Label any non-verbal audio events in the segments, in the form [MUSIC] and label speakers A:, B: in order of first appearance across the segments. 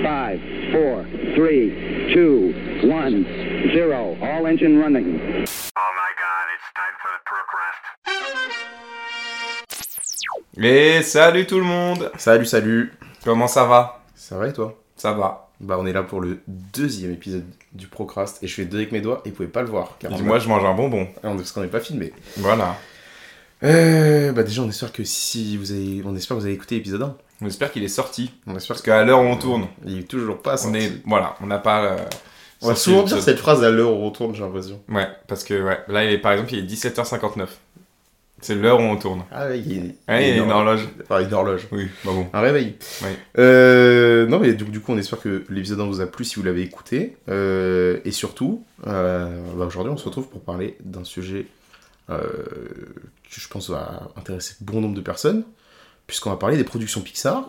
A: Five, four, three, two, one, zero. All engine running.
B: Oh my god, it's time for the perk rest.
C: Et salut tout le monde
D: Salut, salut
C: Comment ça va
D: Ça va et toi
C: Ça va.
D: Bah on est là pour le deuxième épisode du Procrast et je fais deux avec mes doigts et vous pouvez pas le voir car
C: Dis-moi, je mange un bonbon.
D: on a- non, parce qu'on n'est pas filmé.
C: Voilà.
D: Euh, bah déjà on espère que si vous avez, on espère que vous avez écouté l'épisode 1.
C: On espère qu'il est sorti.
D: On espère
C: Parce qu'à l'heure où on tourne,
D: qu'il est toujours pas
C: on
D: Ah, sorti.
C: est... Voilà, on n'a pas... euh,
D: On va
C: sorti
D: souvent dire
C: l'épisode.
D: cette phrase à l'heure où on tourne j'ai l'impression.
C: Ouais, parce que ouais, là, il est, par exemple, il est 17h59. C'est l'heure où on tourne.
D: Ah ouais, il y a une,
C: Ouais, il y a une
D: horloge.
C: horloge.
D: Enfin, une horloge.
C: Oui, bah bon.
D: Un réveil.
C: Oui.
D: Euh, non mais du, du coup on espère que l'épisode 1 vous a plu si vous l'avez écouté. Euh, et surtout, euh, bah, aujourd'hui on se retrouve pour parler d'un sujet euh, que je pense va intéresser bon nombre de personnes, puisqu'on va parler des productions Pixar.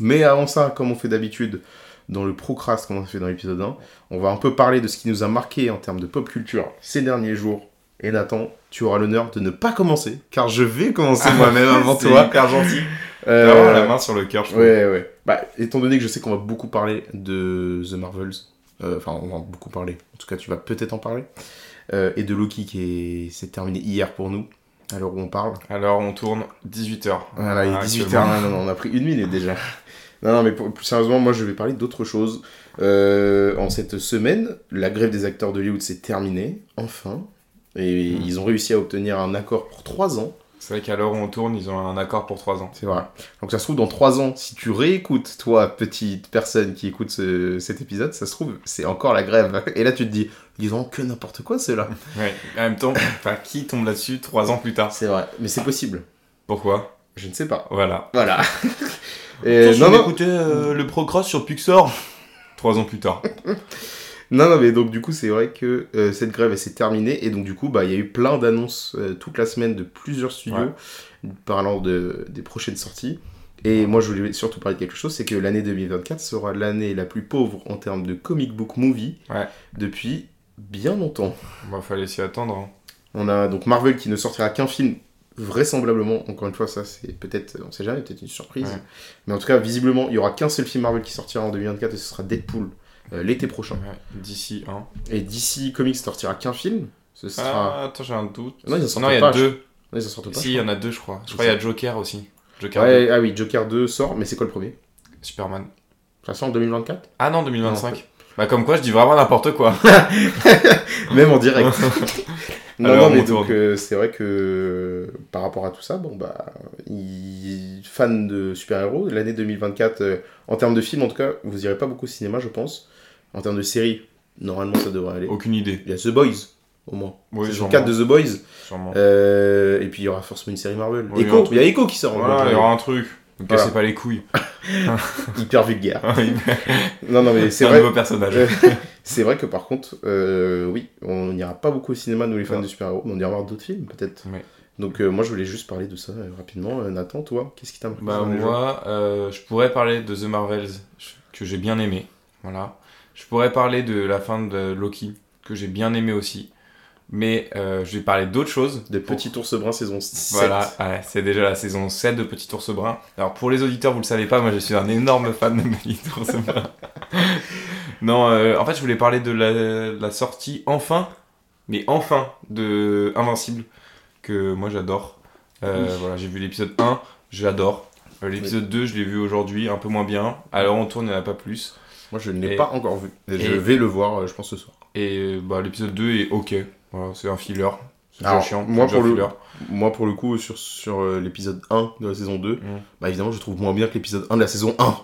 D: Mais avant ça, comme on fait d'habitude dans le Procrast, comme on a fait dans l'épisode 1, on va un peu parler de ce qui nous a marqué en termes de pop culture ces derniers jours. Et Nathan, tu auras l'honneur de ne pas commencer, car je vais commencer moi-même avant
C: Ah, C'est
D: toi.
C: hyper gentil.
D: Euh,
C: Vraiment la main sur le cœur, je trouve.
D: Ouais, ouais. Bah, étant donné que je sais qu'on va beaucoup parler de The Marvels, euh, enfin, on va en beaucoup parler, en tout cas, tu vas peut-être en parler, euh, et de Loki qui est- s'est terminé hier pour nous, à l'heure où on parle.
C: Alors, on tourne Ah, 18h.
D: Voilà, il est 18h, non, non, non, on a pris une minute déjà. [LAUGHS] Non, non, mais pour- plus sérieusement, moi je vais parler d'autre chose. Euh, en cette semaine, la grève des acteurs d'Hollywood s'est terminée, enfin, et
C: Mm.
D: ils ont réussi à obtenir un accord pour 3 ans.
C: C'est vrai qu'à l'heure où on tourne, ils ont un accord pour 3 ans.
D: C'est vrai. Donc ça se trouve, dans trois ans, si tu réécoutes, toi, petite personne qui écoute ce- cet épisode, ça se trouve, c'est encore la grève. [LAUGHS] Et là, tu te dis, ils ont que n'importe quoi, ceux-là.
C: Ouais. En même temps, enfin, qui tombe là-dessus 3 ans plus tard
D: C'est vrai. Mais c'est possible.
C: Pourquoi
D: Je ne sais pas.
C: Voilà.
D: [LAUGHS] Voilà. Et Euh, non, non,
C: euh, le Procross sur [LAUGHS] Pixar 3 ans plus tard.
D: non, non, mais donc du coup, c'est vrai que euh, cette grève, elle s'est terminée. Et donc du coup, bah, il y a eu plein d'annonces euh, toute la semaine de plusieurs studios parlant de, des prochaines sorties. Et moi, je voulais surtout parler de quelque chose, c'est que l'année 2024 sera l'année la plus pauvre en termes de comic book movie
C: Ouais.
D: depuis bien longtemps.
C: Bah, fallait s'y attendre. hein.
D: On a donc Marvel qui ne sortira qu'un film, vraisemblablement, encore une fois, ça c'est peut-être, on sait jamais, peut-être une surprise.
C: Ouais.
D: Mais en tout cas, visiblement, il y aura qu'un seul film Marvel qui sortira en 2024 et ce sera Deadpool euh, l'été prochain.
C: Ouais, D'ici un.
D: Et DC Comics sortira qu'un film, ce sera.
C: Ah, attends, j'ai un doute.
D: Non, ils en sortent
C: il y a
D: pas,
C: deux.
D: Non, ils en sortent pas.
C: Si, il y en a deux, je crois. Je
D: Je
C: crois qu'il y a
D: sais.
C: Joker aussi. Joker
D: Ouais, ah oui, Joker 2 sort, mais c'est quoi le premier
C: deux. Superman.
D: Ça sort
C: [LAUGHS]
D: en 2024
C: Ah non, 2025. Bah, comme quoi, je dis vraiment n'importe
D: [LAUGHS]
C: quoi.
D: Même en direct. [LAUGHS] non,
C: Alors,
D: non, mais
C: on tourne.
D: donc euh, c'est vrai que euh, par rapport à tout ça, bon bah, il- fan de super-héros, l'année 2024, euh, en termes de films en tout cas, vous irez pas beaucoup au cinéma, je pense. En termes de séries, normalement ça devrait aller.
C: Aucune idée.
D: Il y a The Boys, au moins.
C: Oui,
D: Saison
C: sûrement.
D: 4 de The Boys.
C: Sûrement.
D: Euh, et puis il y aura forcément une série Marvel.
C: Oui, un
D: Echo,
C: truc.
D: il y a Echo qui sort, en
C: Voilà,
D: fait,
C: il y aura un truc. Ne
D: Voilà.
C: cassez pas les
D: [LAUGHS]
C: couilles. [LAUGHS]
D: hyper vulgaire.
C: c'est
D: non, non, mais c'est
C: [LAUGHS] un
D: vrai.
C: nouveau personnage.
D: Euh, [LAUGHS] c'est vrai que par contre, euh, oui, on n'ira pas beaucoup au cinéma, nous les fans
C: Non.
D: de super-héros, mais on ira voir d'autres films peut-être.
C: Oui.
D: Donc euh, moi je voulais juste parler de ça euh, rapidement. Euh, Nathan, toi, qu'est-ce qui t'a marqué
C: Bah
D: sur les
C: moi, euh, je pourrais parler de The Marvels, je- que j'ai bien aimé, voilà. Je pourrais parler de la fin de Loki, que j'ai bien aimé aussi. Mais euh, je vais parler d'autres choses.
D: jeux De
C: Pour-
D: Petit Ours Brun saison 7.
C: Voilà, ouais, c'est déjà la saison 7 de Petit Ours Brun. Alors pour les auditeurs, vous le savez pas, moi je suis un énorme fan de Petit Ours Brun. [LAUGHS] non, euh, en fait je voulais parler de la, la sortie enfin, mais enfin, de Invincible, que moi j'adore. Euh,
D: Oui.
C: Voilà, j'ai vu l'épisode 1, j'adore. Euh, l'épisode 2, je l'ai vu aujourd'hui, un peu moins bien. Alors on tourne, il n'y en a pas plus.
D: Moi je ne
C: Et-
D: l'ai pas encore vu. Et Je
C: et-
D: vais le voir, euh, je pense, ce soir.
C: Et euh, bah, l'épisode 2 est ok. Voilà, c'est un filler. C'est
D: Alors,
C: déjà chiant.
D: moi,
C: c'est déjà
D: pour
C: un filler.
D: le- Moi pour le coup, sur, sur euh, l'épisode 1 de la saison 2,
C: Mm.
D: bah évidemment je trouve moins bien que l'épisode 1 de la saison 1,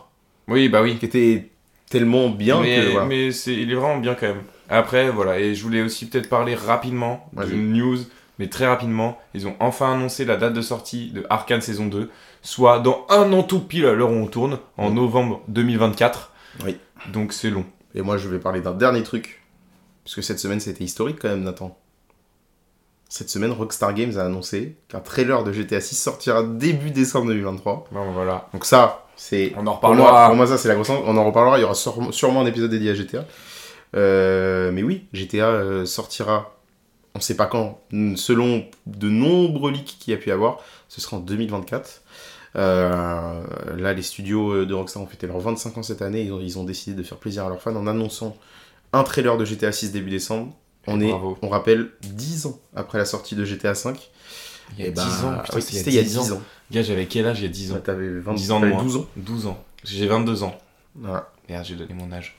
C: Oui, bah oui.
D: qui était tellement bien
C: mais
D: que... voilà.
C: mais c'est, il est vraiment bien quand même. Après, voilà, et je voulais aussi peut-être parler rapidement
D: Vas-y.
C: d'une news, mais très rapidement. Ils ont enfin annoncé la date de sortie de Arkane saison 2, soit dans un an tout pile à l'heure où on tourne, en
D: Oui.
C: novembre 2024.
D: Oui.
C: Donc c'est long.
D: Et moi je vais parler d'un dernier truc, parce que cette semaine c'était historique quand même, Nathan. Cette semaine, Rockstar Games a annoncé qu'un trailer de GTA 6 sortira début décembre 2023.
C: Bon, voilà.
D: Donc ça, c'est...
C: On en
D: Pour moi,
C: reparlera.
D: pour moi, ça c'est la grosse. On en reparlera. Il y aura sûrement sûrement un épisode dédié à GTA. Euh, mais oui, GTA euh, sortira. On sait pas quand. Selon de nombreux leaks qu'il y a pu y avoir, ce sera en 2024. Euh, là, les studios euh, de Rockstar ont fêté leurs 25 ans cette année. Ils ont, ils ont décidé de faire plaisir à leurs fans en annonçant un trailer de GTA 6 début décembre. On
C: Et
D: est,
C: Eh bravo.
D: on rappelle, 10 ans après la sortie de GTA 5.
C: Il y a 10
D: bah,
C: ans, putain,
D: oui,
C: c'était
D: c'était il y a 10 ans.
C: Gars, j'avais quel âge il y a 10
D: Bah,
C: ans
D: t'avais 20,
C: 10 ans de
D: t'avais
C: moins.
D: 12 ans.
C: 12 ans. J'ai 22 ans.
D: Voilà.
C: Merde, j'ai donné mon âge.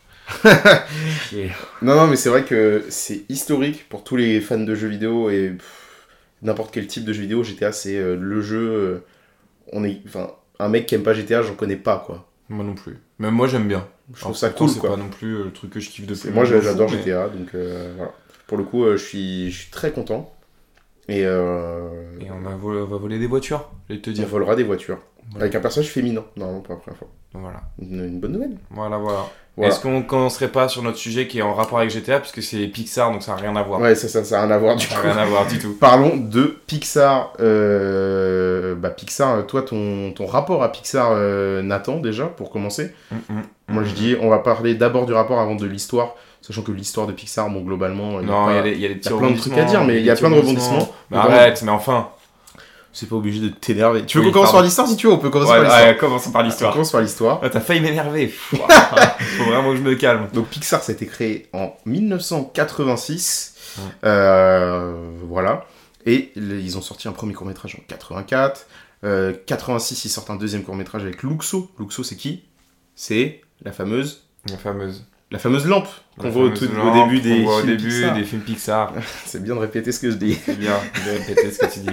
D: Non, non, mais c'est vrai que c'est historique pour tous les fans de jeux vidéo et pff, n'importe quel type de jeu vidéo. GTA, c'est euh, le jeu. euh, on est, enfin, un mec qui aime pas GTA, j'en connais pas, quoi.
C: Moi non plus. Même moi, j'aime bien.
D: Je
C: Alors,
D: trouve ça
C: pourtant,
D: cool,
C: C'est
D: quoi.
C: pas non plus euh, le truc que je kiffe de
D: Et
C: plus.
D: moi
C: Je m'en
D: j'adore
C: fous, mais-
D: GTA, donc euh, voilà. Pour le coup, euh, je, suis, je suis très content. Et, euh,
C: Et on va, voler, on va voler des voitures, je vais te
D: on
C: dire.
D: volera des voitures.
C: Voilà.
D: Avec un personnage féminin, normalement, pour la première fois.
C: Voilà,
D: Une, une bonne nouvelle.
C: voilà, voilà.
D: Voilà.
C: Est-ce qu'on commencerait pas sur notre sujet qui est en rapport avec GTA, puisque c'est Pixar, donc ça n'a rien à voir.
D: Ouais, ça, ça, ça a rien à voir du
C: [LAUGHS] Ça
D: coup.
C: n'a rien à voir du tout.
D: Parlons de Pixar. Euh, bah, Pixar, toi, ton, ton rapport à Pixar, euh, Nathan, déjà, pour commencer.
C: Mm, mm, mm.
D: Moi, je dis, on va parler d'abord du rapport avant de l'histoire, sachant que l'histoire de Pixar, bon, globalement, il y a
C: Non, il y a
D: pas-
C: des- il y a des petits
D: plein de
C: rebondissements, Bah,
D: trucs à dire, mais il y a
C: des
D: plein de
C: petits
D: rebondissements. Bah,
C: Mais
D: Notamment-
C: arrête, mais enfin.
D: c'est pas obligé de t'énerver. Tu veux
C: Oui,
D: qu'on commence
C: pardon.
D: par l'histoire Si tu veux, on peut commencer
C: Ouais,
D: par l'histoire.
C: ouais, commençons par
D: on
C: l'histoire.
D: commence par l'histoire.
C: Ah, T'as failli
D: [LAUGHS]
C: m'énerver. Faut vraiment que je me calme.
D: Donc Pixar, ça a été créé en 1986.
C: Ouais.
D: Euh, voilà. Et le- ils ont sorti un premier court-métrage en 84. Euh, 86, ils sortent un deuxième court-métrage avec Luxo. Luxo, c'est qui C'est la fameuse,
C: La fameuse.
D: la fameuse lampe qu'on
C: la
D: voit au,
C: fameuse
D: tout- au
C: lampe
D: début des
C: qu'on voit au
D: films
C: début
D: Pixar.
C: des films Pixar.
D: C'est bien de répéter ce que je dis.
C: C'est bien, je vais répéter ce que tu dis.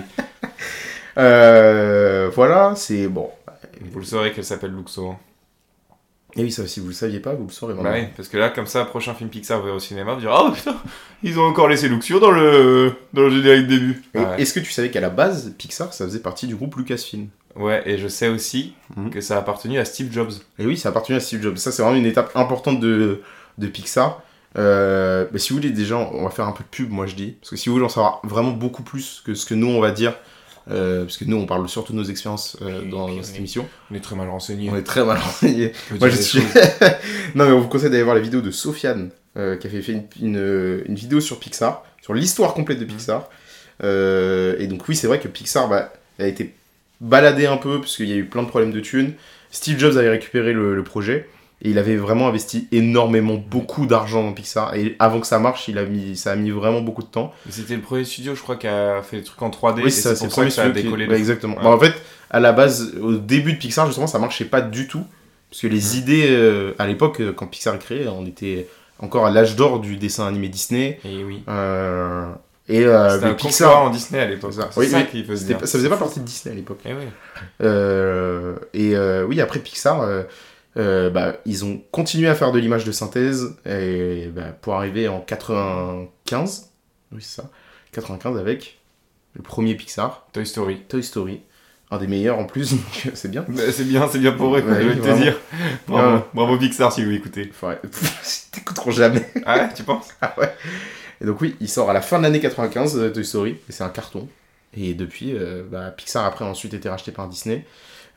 D: Euh, voilà, c'est bon.
C: Vous le saurez qu'elle s'appelle Luxo. hein.
D: Et oui, ça, si vous le saviez pas, vous le saurez
C: Bah
D: maintenant.
C: oui, parce que là, comme ça, prochain film Pixar, vous verrez au cinéma, vous direz Oh putain, ils ont encore laissé Luxio dans le, dans le générique début.
D: Et
C: Ah ouais.
D: Est-ce que tu savais qu'à la base, Pixar, ça faisait partie du groupe Lucasfilm
C: Ouais, et je sais aussi
D: Mhm.
C: que ça a appartenu à Steve Jobs.
D: Et oui, ça appartient à Steve Jobs. Ça, c'est vraiment une étape importante de, de Pixar. Euh, bah, si vous voulez, déjà, on va faire un peu de pub, moi je dis. Parce que si vous voulez en savoir vraiment beaucoup plus que ce que nous, on va dire, euh, parce que nous, on parle surtout de nos expériences euh,
C: Oui,
D: dans,
C: puis
D: dans
C: on
D: cette
C: est-
D: émission,
C: On est très mal renseigné.
D: on est très mal [LAUGHS] renseignés. Moi, je suis... [LAUGHS] non, mais on vous conseille d'aller voir la vidéo de Sofiane, euh, qui a fait, fait une, euh, une- une vidéo sur Pixar, sur l'histoire complète de Pixar. Euh, et donc, oui, c'est vrai que Pixar bah, a été baladé un peu, parce qu'il y a eu plein de problèmes de thunes. Steve Jobs avait récupéré le, le projet, et il avait vraiment investi énormément, beaucoup d'argent dans Pixar. Et avant que ça marche, il a mis, ça a mis vraiment beaucoup de temps.
C: C'était le premier studio, je crois, qui a fait des trucs en 3D. Ah et
D: Oui, c'est ça,
C: c'est
D: c'est
C: pour ça
D: le premier
C: que ça a
D: studio qui-
C: décollé.
D: ouais, exactement.
C: Ouais.
D: Bah, en fait, à la base, au début de Pixar, justement, ça marchait pas du tout. Parce que
C: Mm.
D: les idées, euh, à l'époque, euh, quand Pixar est créé, on était encore à l'âge d'or du dessin animé Disney.
C: Et Bah, oui.
D: Euh, et euh,
C: C'était
D: mais
C: un
D: Pixar,
C: Pixar en Disney à l'époque.
D: C'est ça.
C: C'est
D: Oui,
C: ça
D: mais
C: qu'il faut se
D: c'était
C: dire.
D: pas- ça faisait pas partie de Disney à l'époque.
C: Eh oui.
D: Euh, et euh, oui, après Pixar, euh, euh, bah, ils ont continué à faire de l'image de synthèse et, bah, pour arriver en 95, oui c'est ça, 95 avec le premier Pixar.
C: Toy
D: [LAUGHS]
C: Story.
D: Toy Story, un des meilleurs en plus, [LAUGHS] donc c'est bien.
C: Bah, c'est bien, c'est bien pour eux,
D: Ouais,
C: je vais te
D: vraiment.
C: dire. Bravo,
D: Ouais.
C: bravo Pixar si vous écoutez.
D: Faudrait- [LAUGHS] Ils t'écouteront jamais.
C: Ah ouais, tu penses
D: Et donc oui, il sort à la fin de l'année 95, euh, Toy Story, et c'est un carton. Et depuis, euh, bah, Pixar après a ensuite été racheté par Disney.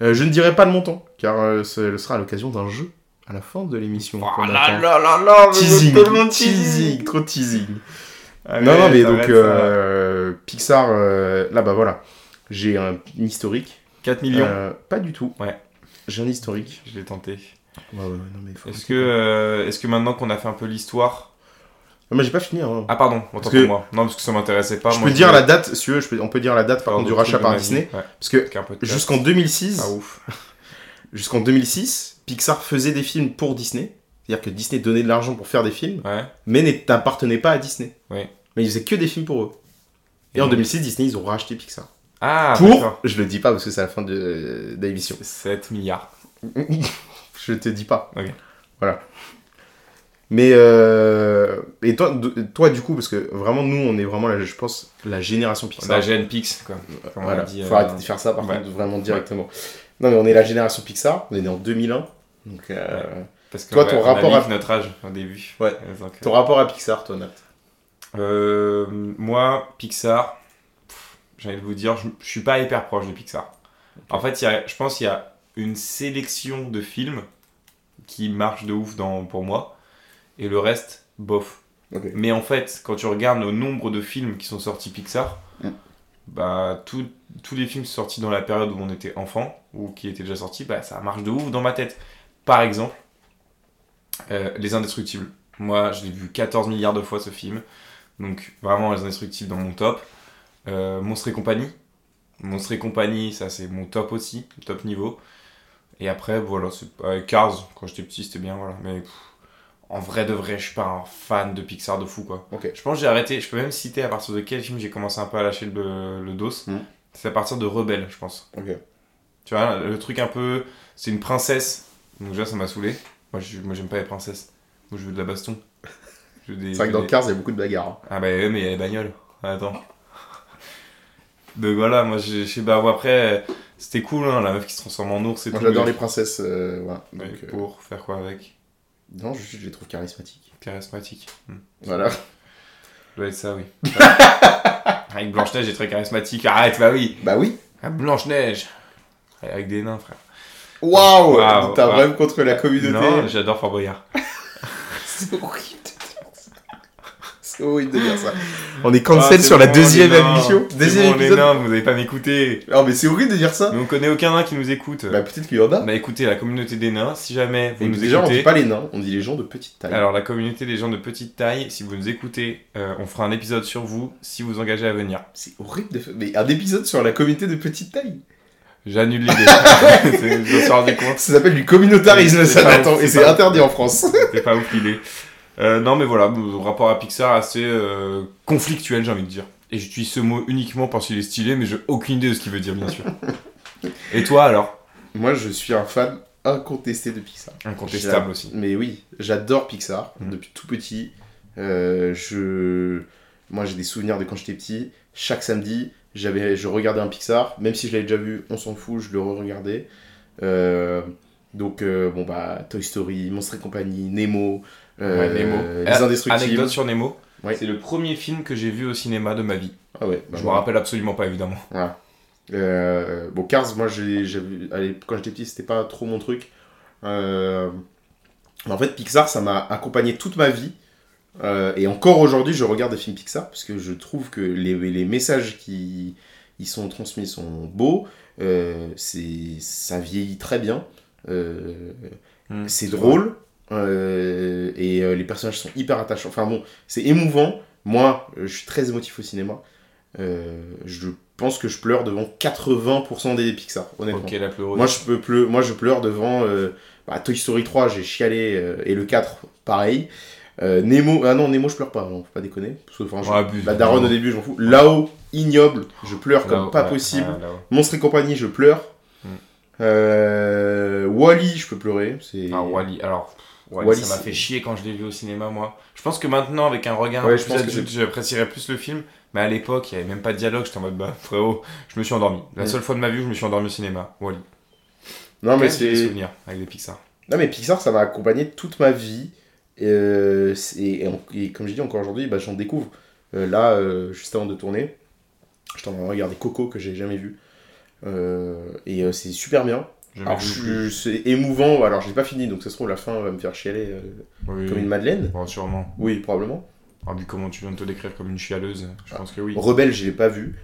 D: Euh, je ne dirai pas le montant, car euh, ce sera à l'occasion d'un jeu à la fin de l'émission. qu'on attend.
C: Oh là là là,
D: Teasing,
C: tellement
D: teasing, Ah trop teasing.
C: Allez,
D: non, non, mais donc
C: t'arrêtes, ça.
D: euh, Pixar, euh, là bah voilà, j'ai un historique.
C: 4 millions.
D: Euh, pas du tout.
C: Ouais.
D: J'ai un historique.
C: Je l'ai tenté.
D: Ouais, ouais, ouais, non, mais faut-
C: Est-ce que, euh, est-ce que maintenant qu'on a fait un peu l'histoire.
D: Ah, mais j'ai pas fini. hein.
C: Ah, pardon, autant
D: Parce
C: pour
D: que-
C: moi. Non, parce que ça m'intéressait pas.
D: je
C: moi,
D: peux dire
C: voulais
D: la date, si tu veux, je peux- on peut dire la date
C: faire
D: par contre du
C: d'autres
D: rachat
C: trucs de
D: par
C: ma
D: Disney.
C: vie. Ouais,
D: Parce que
C: avec un podcast.
D: jusqu'en 2006,
C: Ah, ouf.
D: [LAUGHS] jusqu'en 2006, Pixar faisait des films pour Disney. C'est-à-dire que Disney donnait de l'argent pour faire des films,
C: Ouais.
D: mais n'appartenait pas à Disney.
C: Ouais.
D: Mais ils faisaient que des films pour eux. Et,
C: Et
D: en
C: donc-
D: 2006, Disney, ils ont racheté Pixar.
C: Ah,
D: pour,
C: d'accord.
D: je le dis pas parce que c'est la fin de, euh, de l'émission.
C: 7 milliards.
D: je te dis pas.
C: Ok.
D: Voilà. Mais euh, et toi, de- toi du coup, parce que vraiment nous, on est vraiment, la, je pense, la génération
C: On
D: Pixar.
C: a GN Pix, quoi. Comme on
D: Voilà,
C: a dit.
D: faut
C: euh,
D: arrêter de faire ça par
C: ouais.
D: contre vraiment directement. Non mais on est la génération Pixar, on est né en 2001. Donc euh,
C: Parce que
D: Toi,
C: ouais,
D: ton
C: on a
D: rapport
C: mis
D: à-
C: notre âge au début.
D: Ouais.
C: Euh, donc,
D: ton rapport à Pixar toi Nat.
C: Euh, moi, Pixar, pff, j'ai envie de vous dire, je, je suis pas hyper proche de Pixar. En fait, il y a- je pense qu'il y a une sélection de films qui marche de ouf dans, pour moi, et le reste, bof. Mais en fait, quand tu regardes le nombre de films qui sont sortis Pixar,
D: Mm.
C: bah, tout- tous les films sortis dans la période où on était enfant ou qui étaient déjà sortis, bah, ça marche de ouf dans ma tête. Par exemple, euh, Les Indestructibles. Moi, je l'ai vu 14 milliards de fois ce film. Donc, vraiment, Les Indestructibles dans mon top. Euh, Monstres et compagnie. Monstres et compagnie, ça c'est mon top aussi, top niveau. Et après, voilà, c'est euh, Cars, quand j'étais petit, c'était bien, voilà. Mais pff, en vrai de vrai, je suis pas un fan de Pixar de fou, quoi.
D: Ok.
C: Je pense que j'ai arrêté, je peux même citer à partir de quel film j'ai commencé un peu à lâcher le, le dos.
D: Mhm.
C: C'est à partir de Rebelle, je pense.
D: Ok.
C: Tu vois, le truc un peu. C'est une princesse. Donc déjà, ça m'a saoulé. Moi, je- moi, j'aime pas les princesses. Moi, je veux de la baston. Je veux des-
D: C'est vrai
C: je
D: que
C: veux
D: dans
C: des-
D: Cars, il y a beaucoup de bagarres. hein.
C: ah bah ouais, mais il y a les bagnoles. Attends. Donc voilà, moi je je sais pas, bon, après, euh, c'était cool, hein, la meuf qui se transforme en ours et
D: Moi,
C: tout.
D: j'adore
C: mais-
D: les princesses. euh, voilà.
C: mais
D: Donc, euh,
C: Pour faire quoi avec
D: Non, je, je les trouve charismatiques.
C: Charismatique. Hmm.
D: Voilà.
C: Ça doit être
D: [LAUGHS]
C: ça, oui. Ah, avec Blanche-Neige, est très charismatique. Arrête, bah oui.
D: Bah oui.
C: Ah, Blanche-Neige. Avec des nains, frère.
D: Waouh
C: Waouh,
D: T'as
C: waouh.
D: vraiment contre la communauté.
C: Non, j'adore Fort Boyard.
D: C'est horrible de dire ça. C'est horrible de dire ça. On est
C: Ah,
D: cancel
C: c'est
D: sur la
C: bon,
D: deuxième
C: les nains.
D: émission.
C: C'est
D: Deuxième
C: bon, les
D: épisode.
C: nains, vous avez pas m'écouter.
D: Non, mais c'est horrible de dire ça.
C: Mais on connaît aucun nain qui nous écoute.
D: Ah. Bah, peut-être qu'il y en a.
C: Bah écoutez, la communauté des nains, si jamais vous
D: Et
C: nous
D: déjà, on
C: écoutez.
D: dit pas les nains, on dit les gens de petite taille.
C: Alors, la communauté des gens de petite taille, si vous nous écoutez, euh, on fera un épisode sur vous si vous engagez à venir.
D: C'est horrible de faire. Mais un épisode sur la communauté de petite taille.
C: J'annule l'idée.
D: [LAUGHS]
C: C'est- je me suis rendu compte.
D: Ça s'appelle du communautarisme,
C: C'est
D: ça,
C: pas
D: Nathan,
C: ouf,
D: et
C: c'est
D: c'est
C: pas ouf.
D: interdit en France. [LAUGHS]
C: C'était pas ouf l'idée. Euh, non, mais voilà, mon rapport à Pixar assez euh, conflictuel, j'ai envie de dire. Et j'utilise ce mot uniquement parce qu'il est stylé, mais j'ai aucune idée de ce qu'il veut dire, bien sûr.
D: [LAUGHS]
C: Et toi alors
D: Moi, je suis un fan incontesté de Pixar.
C: Incontestable aussi.
D: Mais oui, j'adore Pixar
C: Mhm.
D: depuis tout petit. Euh, je... Moi, j'ai des souvenirs de quand j'étais petit. Chaque samedi, j'avais, je regardais un Pixar. Même si je l'avais déjà vu, on s'en fout, je le re-regardais. Euh, Donc, euh, bon, bah, Toy Story, Monstres et compagnie, Nemo, euh,
C: Ouais, Nemo.
D: Les
C: Ah,
D: Indestructibles.
C: Anecdote sur Nemo.
D: Ouais.
C: C'est le premier film que j'ai vu au cinéma de ma vie.
D: Ah ouais, bah,
C: je me
D: voilà.
C: rappelle absolument pas, évidemment.
D: Voilà. Euh, bon, Cars, moi, j'ai, j'avais- à l'ép- quand j'étais petit, c'était pas trop mon truc. Euh, en fait, Pixar, ça m'a accompagné toute ma vie. Euh, et encore aujourd'hui, je regarde des films Pixar parce que je trouve que les, les messages qui y sont transmis sont beaux. Euh, c'est, ça vieillit très bien. Euh,
C: Hmm.
D: c'est drôle. euh, et euh, les personnages sont hyper attachants. Enfin bon, c'est émouvant. Moi, euh, je suis très émotif au cinéma. Euh, je pense que je pleure devant 80% des Pixar, honnêtement.
C: Ok, la pleureuse.
D: Moi, je peux pleu- moi, je pleure devant euh, bah, Toy Story 3, j'ai chialé, euh, et le 4, pareil. Euh, Nemo, ah non, Nemo, je pleure pas, non, faut pas déconner. Parce que, enfin, je-
C: Ouais, abuse.
D: la daronne au début, je m'en fous. Là-haut, ignoble, je pleure comme
C: Là-haut,
D: pas
C: ouais, Ah,
D: possible.
C: ouais, là-haut.
D: Monstre et compagnie, je pleure.
C: Mm.
D: Euh, Wally, je peux pleurer. C'est...
C: Ah, Wally, alors. pff, Wall-E,
D: Wall-E,
C: ça m'a
D: c'est-
C: fait chier quand je l'ai vu au cinéma, moi. Je pense que maintenant, avec un regard un
D: Ouais,
C: peu
D: je
C: plus
D: pense que
C: adulte, j'apprécierais plus le film. Mais à l'époque, il n'y avait même pas de dialogue. J'étais en mode, bah, frérot, je me suis endormi. La
D: Mm.
C: seule fois de ma vie où je me suis endormi au cinéma, Wally.
D: Non, mais
C: des
D: c'est...
C: souvenirs avec les Pixar.
D: non, mais Pixar, ça m'a accompagné toute ma vie. Et, euh, c'est- et, en- et comme je dis encore aujourd'hui, bah, j'en découvre. Euh, là, euh, juste avant de tourner, je t'en train de regarder Coco que j'ai jamais vu. Euh, et euh, c'est super bien.
C: Je
D: Alors,
C: m'avoue
D: je
C: plus.
D: suis- c'est émouvant. Alors, j'ai pas fini, donc ça se trouve, la fin va me faire chialer euh,
C: Oui,
D: comme une madeleine.
C: bon, sûrement.
D: Oui, probablement.
C: Alors, vu comment tu viens de te décrire comme une chialeuse, je
D: Ah.
C: pense que oui.
D: Rebelle, je l'ai pas vu.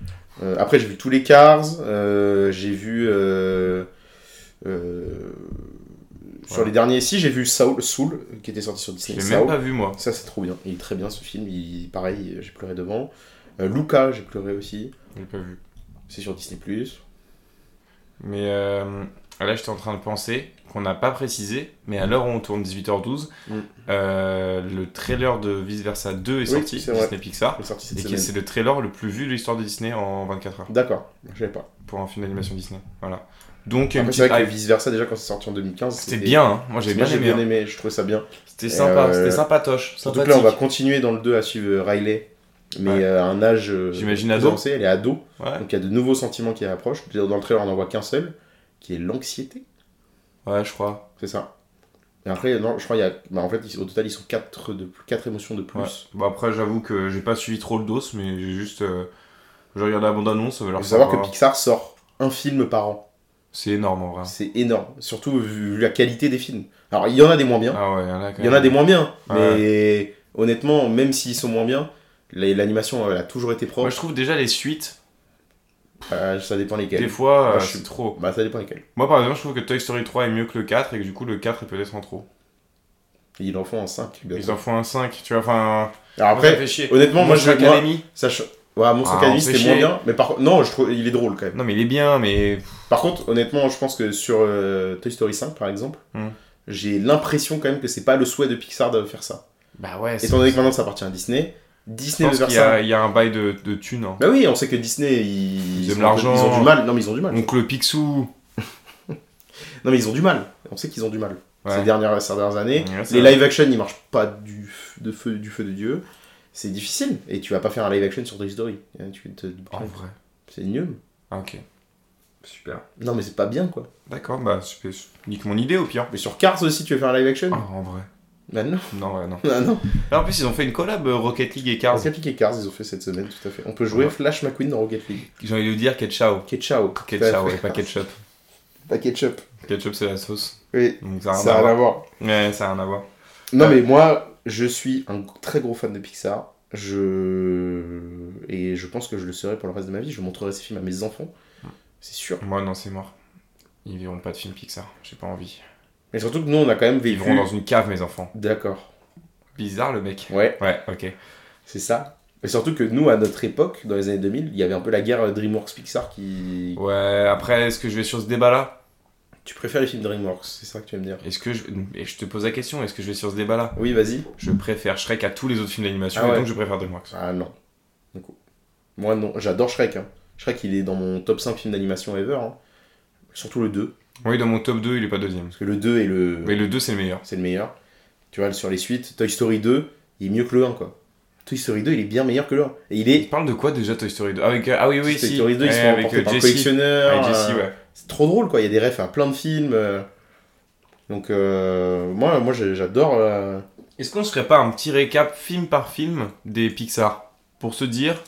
D: Euh, après, j'ai vu tous les Cars. euh, j'ai vu. euh, euh, Sur
C: Ouais.
D: les derniers, si j'ai vu Saul, Soul, qui était sorti sur
C: Je
D: Disney.
C: l'ai
D: Saul.
C: même pas vu, moi.
D: Ça, c'est trop bien. Il est très bien ce film. Il, pareil, j'ai pleuré devant. Euh, Luca, j'ai pleuré aussi.
C: Je l'ai pas vu.
D: C'est sur Disney. Plus
C: Mais euh, là, j'étais en train de penser qu'on n'a pas précisé, mais à l'heure où on tourne 18h12,
D: Mm.
C: euh, le trailer de Vice Versa 2 est
D: Oui,
C: sorti,
D: c'est vrai.
C: Disney Pixar,
D: sorti cette
C: et qui-
D: semaine.
C: c'est le trailer le plus vu de l'histoire de Disney en 24 heures
D: D'accord, je savais pas.
C: pour un film d'animation Disney. Voilà. Donc, une
D: Après, c'est
C: petite
D: vrai que
C: hype.
D: vice versa, déjà quand c'est sorti en 2015,
C: C'était bien, hein. moi j'ai
D: Moi,
C: bien
D: j'ai
C: aimé.
D: bien
C: hein.
D: aimé, je trouvais ça bien.
C: C'était sympa,
D: Euh,
C: c'était sympatoche,
D: Surtout que là, on va
C: sympathique.
D: continuer dans le 2 à suivre euh, Riley, mais
C: Ouais.
D: euh, à un âge. euh,
C: J'imagine
D: plus
C: ado.
D: avancé, Elle est ado.
C: Ouais.
D: Ah. Donc il y a de nouveaux sentiments qui approchent. Dans le trailer, on n'en voit qu'un seul, qui est l'anxiété.
C: ouais, je crois.
D: C'est ça. Et après, non, je crois qu'il y a. Bah, en fait, ils- au total, ils sont 4, de... plus- quatre émotions de plus.
C: Ouais. Bon, après, j'avoue que j'ai pas suivi trop le dos, mais j'ai juste. euh, J'ai regardé la bande-annonce, ça avait
D: Il faut
C: l'air
D: savoir que
C: sympa.
D: Pixar sort un film par an.
C: C'est énorme en vrai.
D: C'est énorme. Surtout vu vu la qualité des films. Alors, il y en a des moins bien.
C: Ah ouais, il y en a quand
D: il y en
C: même.
D: a des moins bien.
C: Ouais.
D: Mais honnêtement, même s'ils sont moins bien, la- l'animation, elle a toujours été
C: Moi,
D: propre.
C: je trouve déjà les suites
D: Euh, ça dépend lesquels.
C: Des fois,
D: Moi,
C: euh,
D: je
C: c'est
D: suis-
C: trop.
D: Bah, ça dépend lesquels.
C: Moi, par exemple, je trouve que Toy Story 3 est mieux que le 4 et que du coup, le 4 est peut-être en trop.
D: Ils en font en 5.
C: Ils en font un 5, tu vois. Enfin, ça
D: Alors après,
C: fait chier.
D: honnêtement, moi, je.
C: Monster
D: Moi,
C: Academy.
D: ça, ch- ouais, Monstre
C: Ah, on
D: Academy,
C: fait
D: c'était moins
C: chier.
D: bien. Mais par contre, non, je trouve, il est drôle quand même.
C: Non, mais il est bien, mais.
D: Par contre, honnêtement, je pense que sur euh, Toy Story 5, par exemple,
C: Hmm.
D: j'ai l'impression quand même que c'est pas le souhait de Pixar de faire ça.
C: Bah ouais, c'est.
D: Étant donné que maintenant ça appartient à Disney,
C: Je
D: Disney veut
C: pense
D: faire
C: qu'il y,
D: ça.
C: a- il y a un bail de, de thunes. hein.
D: Bah oui, on sait que Disney, ils,
C: Ils aiment
D: ont-
C: l'argent.
D: Ils ont du mal. Non, mais ils ont du mal.
C: Donc le Bah, Picsou.
D: Non, mais ils ont du mal. On sait qu'ils ont du mal.
C: Ouais.
D: Ces, dernières, ces dernières années,
C: Ouais, c'est
D: les
C: vrai.
D: live action, ils marchent pas du, f- de feu, du feu de Dieu. C'est difficile. Et tu vas pas faire un live action sur Toy Story. Hein, tu te-
C: En vrai.
D: C'est nul.
C: Ah, ok. Super.
D: Non, mais c'est pas bien quoi.
C: D'accord, bah, super. Nique mon idée au pire.
D: Mais sur Cars aussi, tu veux faire un live action
C: Ah, en vrai.
D: Bah non. [LAUGHS]
C: Non, ouais, non.
D: Ah, non.
C: Là, en plus, ils ont fait une collab euh, Rocket League et Cars.
D: Rocket League et Cars, ils ont fait cette semaine, tout à fait. On peut jouer
C: Ouais.
D: Flash McQueen dans Rocket League.
C: J'ai envie de dire Ketchao.
D: Ketchup.
C: Ketchao, ouais, pas ketchup.
D: Pas ketchup.
C: Ketchup, c'est la sauce.
D: Oui,
C: Donc ça a rien
D: ça
C: à
D: a rien à
C: voir.
D: voir.
C: Ouais, ça a rien à voir.
D: Non,
C: Ouais.
D: mais moi, je suis un très gros fan de Pixar. Je. Et je pense que je le serai pour le reste de ma vie. Je montrerai ces films à mes enfants. C'est sûr.
C: Moi, non, c'est mort. Ils verront pas de film Pixar. J'ai pas envie.
D: Mais surtout que nous, on a quand même
C: Ils
D: vécu.
C: verront dans une cave, mes enfants.
D: D'accord.
C: Bizarre, le mec.
D: Ouais,
C: Ouais, ok.
D: c'est ça. Et surtout que nous, à notre époque, dans les années 2000, il y avait un peu la guerre euh, DreamWorks-Pixar qui.
C: Ouais, après, est-ce que je vais sur ce débat-là
D: Tu préfères les films DreamWorks, c'est ça que tu veux me dire
C: Est-ce que je... Et je te pose la question, est-ce que je vais sur ce débat-là
D: Oui, vas-y.
C: Je préfère Shrek à tous les autres films d'animation,
D: Ah ouais.
C: et donc je préfère DreamWorks.
D: Ah non. Du coup. Moi, non. J'adore Shrek. hein. Shrek, il est dans mon top 5 films d'animation ever. hein. Surtout le 2.
C: Oui, dans mon top 2, il est pas deuxième.
D: Parce que le 2 est le.
C: Mais le 2, c'est le meilleur.
D: c'est le meilleur. Tu vois, sur les suites, Toy Story 2, il est mieux que le 1, quoi. Toy Story 2, il est bien meilleur que le 1. Et il
C: Il
D: est.
C: parle de quoi déjà Toy Story 2 Avec, euh, Ah oui, oui,
D: Toy
C: si.
D: Story 2, ils
C: Ouais,
D: se font
C: avec
D: remporter
C: euh,
D: par le
C: Jessie.
D: collectionneur.
C: Avec Jessie,
D: euh,
C: ouais.
D: C'est trop drôle, quoi. Il y a des refs à plein de films. euh. Donc, euh, moi, moi j'ai- j'adore. euh,
C: Est-ce qu'on se ferait pas un petit récap film par film des Pixar Pour se dire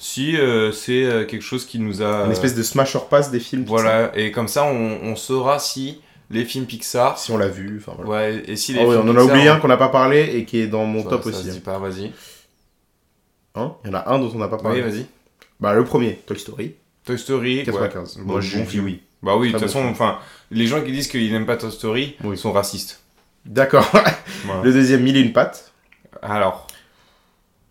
C: si euh, c'est euh, quelque chose qui nous a.
D: Une espèce de smash or pass des films.
C: Euh, Voilà, et comme ça, on, on saura si les films Pixar.
D: Si on l'a vu. Enfin, voilà.
C: Ouais, et si les
D: Ah ouais,
C: films
D: on en a
C: Pixar-
D: oublié un qu'on n'a pas parlé et qui est dans mon
C: Ça-
D: top
C: ça
D: aussi.
C: se dit pas, vas-y.
D: Hein Il y en a un dont on n'a pas
C: Oui,
D: parlé.
C: vas-y.
D: bah, le premier, Toy Story.
C: Toy Story.
D: 95.
C: ouais.
D: Moi,
C: Bon,
D: je
C: bon
D: dis
C: film.
D: oui.
C: Bah oui, de toute
D: Très bon
C: façon,
D: film.
C: enfin, les gens qui disent qu'ils n'aiment pas Toy Story
D: Oui.
C: sont racistes.
D: D'accord.
C: Hein. Voilà.
D: le deuxième, Mille et une pattes.
C: Alors.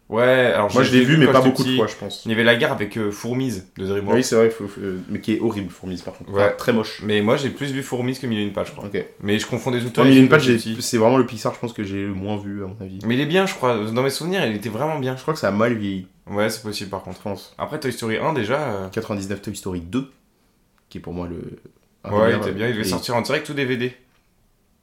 C: Ouais, alors
D: Moi, je l'ai vu, mais
C: quand
D: pas
C: j'étais
D: beaucoup de
C: petit.
D: fois, je pense.
C: Il y avait la guerre avec euh, Fourmise de
D: Ah Oui,
C: DreamWorks.
D: c'est vrai, faut- faut- euh, mais qui est horrible, Fourmise, par contre.
C: Ouais.
D: Enfin, très moche.
C: Mais moi j'ai plus vu Fourmise que Mille et une pages, je crois.
D: Ok.
C: Mais je confondais tout le temps.
D: Toi,
C: les
D: Mille et une
C: films
D: pattes,
C: quand
D: j'ai-
C: j'étais petit. Mm.
D: c'est vraiment le Pixar, je pense, que j'ai le moins vu, à mon avis.
C: Mais il est bien, je crois. Dans mes souvenirs, il était vraiment bien.
D: Je crois que ça a mal vieilli,
C: Ouais, c'est possible par
D: je
C: contre.
D: pense.
C: Après Toy Story 1 déjà. euh,
D: 99 Toy Story 2, qui est pour moi le. un
C: Ouais,
D: des
C: il était
D: meilleurs,
C: bien. Il devait
D: Ah, et-
C: sortir en direct ou DVD.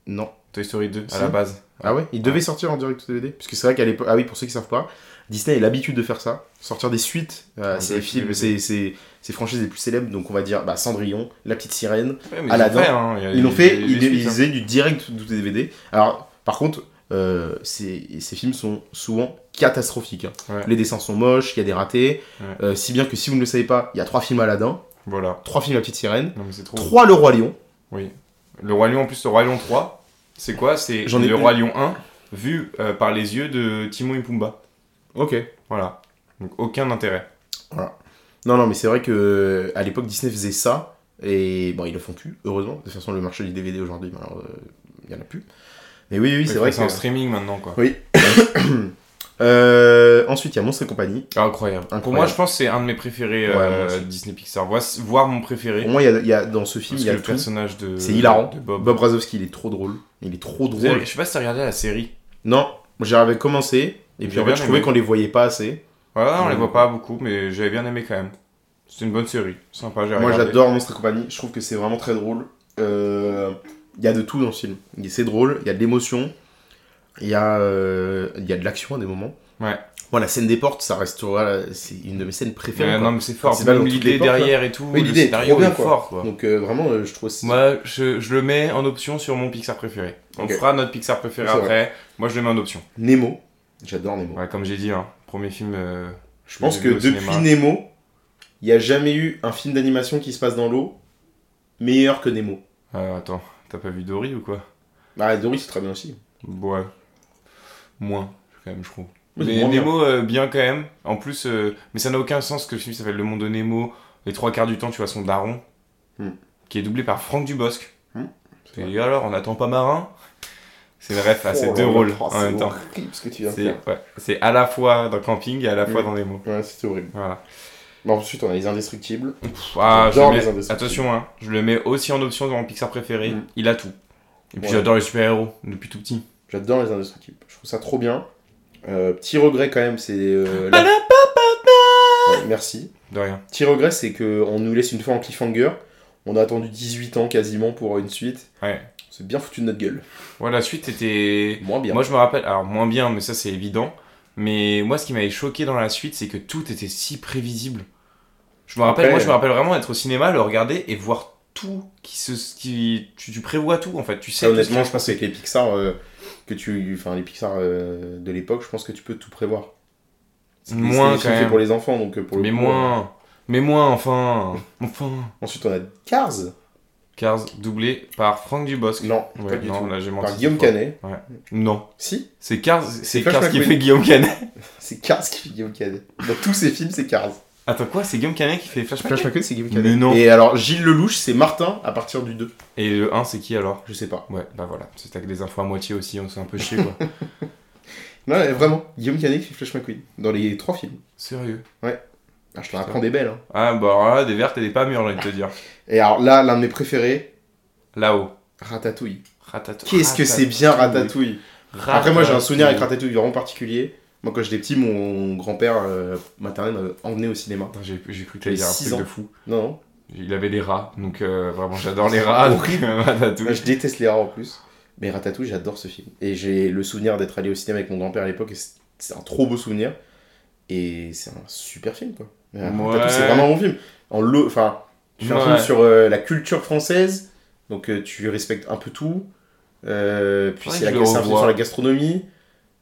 D: Non.
C: Toy Story 2
D: Si.
C: à la base.
D: Ah ouais Il devait sortir en direct au DVD Parce que c'est vrai qu'à l'époque. Ah oui, pour ceux qui savent pas, Disney a l'habitude de faire ça. Sortir des suites, euh,
C: En
D: c'est les
C: direct
D: films,
C: DVD.
D: c'est c'est- c'est franchises les plus célèbres. Donc on va dire bah, Cendrillon, La Petite Sirène.
C: Ouais, mais
D: Aladdin,
C: fait, hein, il y a-
D: Ils l'ont
C: il y a
D: fait,
C: des
D: ils,
C: suites,
D: ils
C: hein.
D: faisaient du direct du DVD. Alors, par contre, euh, ces, ces films sont souvent catastrophiques. hein.
C: Ouais.
D: Les dessins sont moches, il y a des ratés.
C: Ouais.
D: Euh, si bien que si vous ne le savez pas, il y a trois films Aladdin,
C: Voilà.
D: trois films La Petite Sirène,
C: Non mais c'est trop.
D: trois Le Roi Lion.
C: Oui. Le Roi Lion en plus, le Roi Lion 3, c'est quoi C'est
D: J'en ai
C: le
D: plus.
C: Roi Lion 1 vu euh, par les yeux de Timon et Pumba.
D: Ok.
C: Voilà. Donc aucun intérêt.
D: Non, non, mais c'est vrai que euh, à l'époque, Disney faisait ça. Et bon, ils le font plus, heureusement. De toute façon, le marché du DVD aujourd'hui, ben, alors, euh, il y en a plus. Mais oui, oui, oui, c'est
C: Ouais,
D: vrai
C: C'est en
D: que.
C: streaming maintenant quoi.
D: Euh, ensuite, il y a Monstre et compagnie.
C: Ah, Incroyable. Pour
D: Incroyable.
C: moi, je pense que c'est un de mes préférés
D: Ouais,
C: euh,
D: moi aussi.
C: Disney Pixar. Voici- Voire mon préféré.
D: Pour moi, il y a, il y a- dans ce film,
C: parce
D: il
C: que
D: y a
C: le
D: tout.
C: personnage de,
D: C'est hilarant.
C: de Bob.
D: Bob Razowski, il est trop drôle. Il est trop
C: Vous avez-
D: drôle.
C: Je sais pas si t'as regardé la série.
D: Non, j'avais commencé, et puis
C: J'ai
D: en fait,
C: bien
D: je trouvais
C: aimé.
D: qu'on les voyait pas assez.
C: Ouais, ouais, on
D: Ouais.
C: les voit pas beaucoup, mais j'avais bien aimé quand même. C'est une bonne série. Sympa, j'ai
D: Moi,
C: regardé.
D: j'adore Monstre et compagnie, je trouve que c'est vraiment très drôle. Euh, Il y a de tout dans le film. Il- C'est drôle, il y a de l'émotion, il y, a, euh, il y a de l'action à des moments.
C: Ouais.
D: Moi, la scène des portes, ça restera. C'est une de mes scènes
C: Ouais,
D: préférées. quoi.
C: non, mais c'est fort.
D: C'est
C: C'est
D: pas dans toutes les
C: l'idée
D: portes,
C: derrière et tout.
D: Oui,
C: le
D: l'idée est
C: scénario
D: trop bien,
C: est
D: quoi.
C: fort, quoi.
D: Donc, euh, vraiment, euh, je trouve. c'est-
C: Moi, je, je le mets en option sur mon Pixar préféré. On
D: Ok.
C: fera notre Pixar préféré
D: C'est
C: après.
D: vrai.
C: Moi, je le mets en option.
D: Nemo, j'adore Nemo.
C: Ouais, comme j'ai dit, hein, premier film. euh,
D: Je pense que
C: j'ai vu au
D: depuis
C: cinéma.
D: Nemo, il n'y a jamais eu un film d'animation qui se passe dans l'eau meilleur que Nemo.
C: Euh, attends, t'as pas vu Dory ou quoi
D: Ah, Dory, c'est très bien aussi.
C: Ouais. Moins, quand même, je trouve.
D: Oui,
C: Mais
D: moins bien.
C: Nemo, euh, bien quand même. En plus, euh, mais ça n'a aucun sens que le film s'appelle Le Monde de Nemo. les trois quarts du temps, tu vois son daron,
D: Hmm.
C: qui est doublé par Franck Dubosc.
D: Hmm,
C: Et alors, on n'attend pas Marin C'est bref, à ces deux rôles en même temps.
D: Oh, C'est horrible ce que tu viens de
C: C'est
D: faire.
C: ouais, c'est à la fois dans Camping et à la fois
D: Hmm.
C: dans les mots.
D: Ouais, c'était horrible.
C: Voilà.
D: Bon, ensuite, on a les indestructibles.
C: Pff, ah, je
D: J'adore
C: le
D: les
C: mets-
D: indestructibles.
C: attention, hein, je le mets aussi en option dans mon Pixar préféré.
D: Hmm.
C: Il a tout. Et puis
D: Ouais.
C: j'adore les super-héros depuis tout petit.
D: J'adore les indestructibles. Je trouve ça trop bien. Euh, petit regret quand même, c'est. euh,
C: Ah,
D: la- Ouais, merci.
C: De rien.
D: Petit regret, c'est qu'on nous laisse une fois en cliffhanger. On a attendu 18 ans quasiment pour une suite.
C: Ouais.
D: C'est bien foutu de notre gueule.
C: Ouais, la suite était.
D: Moins bien.
C: Moi, je me rappelle, alors moins bien, mais ça c'est évident. Mais moi, ce qui m'avait choqué dans la suite, c'est que tout était si prévisible. Je me rappelle,
D: Après,
C: moi, je me rappelle vraiment être au cinéma, le regarder et voir tout qui se, qui, tu, tu prévois tout en fait. Tu sais.
D: Ça,
C: tout ce qui-
D: honnêtement, je pense que les Pixar euh, que tu, enfin les Pixar euh, de l'époque, je pense que tu peux tout prévoir. C'est des-
C: Moins,
D: c'est des films
C: quand
D: faits
C: même.
D: pour les enfants, donc euh, pour le
C: mais
D: coup,
C: moins, mais moins, enfin, enfin.
D: euh, Ensuite, on a Cars.
C: Cars doublé par Franck Dubosc.
D: Non,
C: Ouais,
D: pas du
C: non,
D: tout.
C: là j'ai menti.
D: Par Guillaume
C: cette fois.
D: Canet.
C: Non,
D: Si,
C: c'est Cars, c'est
D: Flash
C: Cars qui
D: McQueen.
C: fait Guillaume Canet. [LAUGHS]
D: c'est Cars qui fait Guillaume Canet. Dans tous ses films, c'est Cars.
C: Attends quoi, c'est Guillaume Canet qui fait Flash McQueen
D: McQueen, c'est Guillaume
C: Canet. Mais non.
D: Et alors, Gilles Lelouch, c'est Martin à partir du 2.
C: Et le 1 c'est qui alors
D: Je sais pas.
C: Ouais, bah voilà, c'était avec des infos à moitié aussi, on s'est un peu chier
D: [LAUGHS]
C: quoi.
D: Non, mais vraiment, Guillaume Canet qui fait Flash McQueen. Dans les trois films.
C: Sérieux.
D: Ah, je t'en apprends des belles. hein.
C: Ah bah alors là, des vertes et des pas mûres, j'ai envie de te dire.
D: Et alors là, l'un de mes préférés,
C: Là-haut.
D: Ratatouille.
C: Ratatouille.
D: Qu'est-ce que c'est bien Ratatouille Après, moi, j'ai un souvenir avec Ratatouille vraiment particulier. Moi, quand j'étais petit, mon grand-père euh, maternel m'avait emmené au cinéma.
C: Attends, J'ai j'ai cru que t'allais
D: J'avais
C: dire un
D: six
C: truc
D: ans.
C: de fou.
D: Non, non.
C: Il avait les rats, donc euh, vraiment j'adore les rats. donc, euh, [LAUGHS]
D: Moi,
C: Ratatouille.
D: je déteste les rats en plus. Mais Ratatouille, j'adore ce film. Et j'ai le souvenir d'être allé au cinéma avec mon grand-père à l'époque. et c'est- C'est un trop beau souvenir. Et c'est un super film, quoi. Euh,
C: Ouais.
D: Ratatouille, c'est vraiment mon film. En lo- Enfin, tu fais un film
C: Ouais.
D: sur euh, la culture française. Donc, euh, tu respectes un peu tout. Euh, puis,
C: Ouais,
D: c'est la-
C: je le
D: c'est un film
C: revois.
D: sur la gastronomie.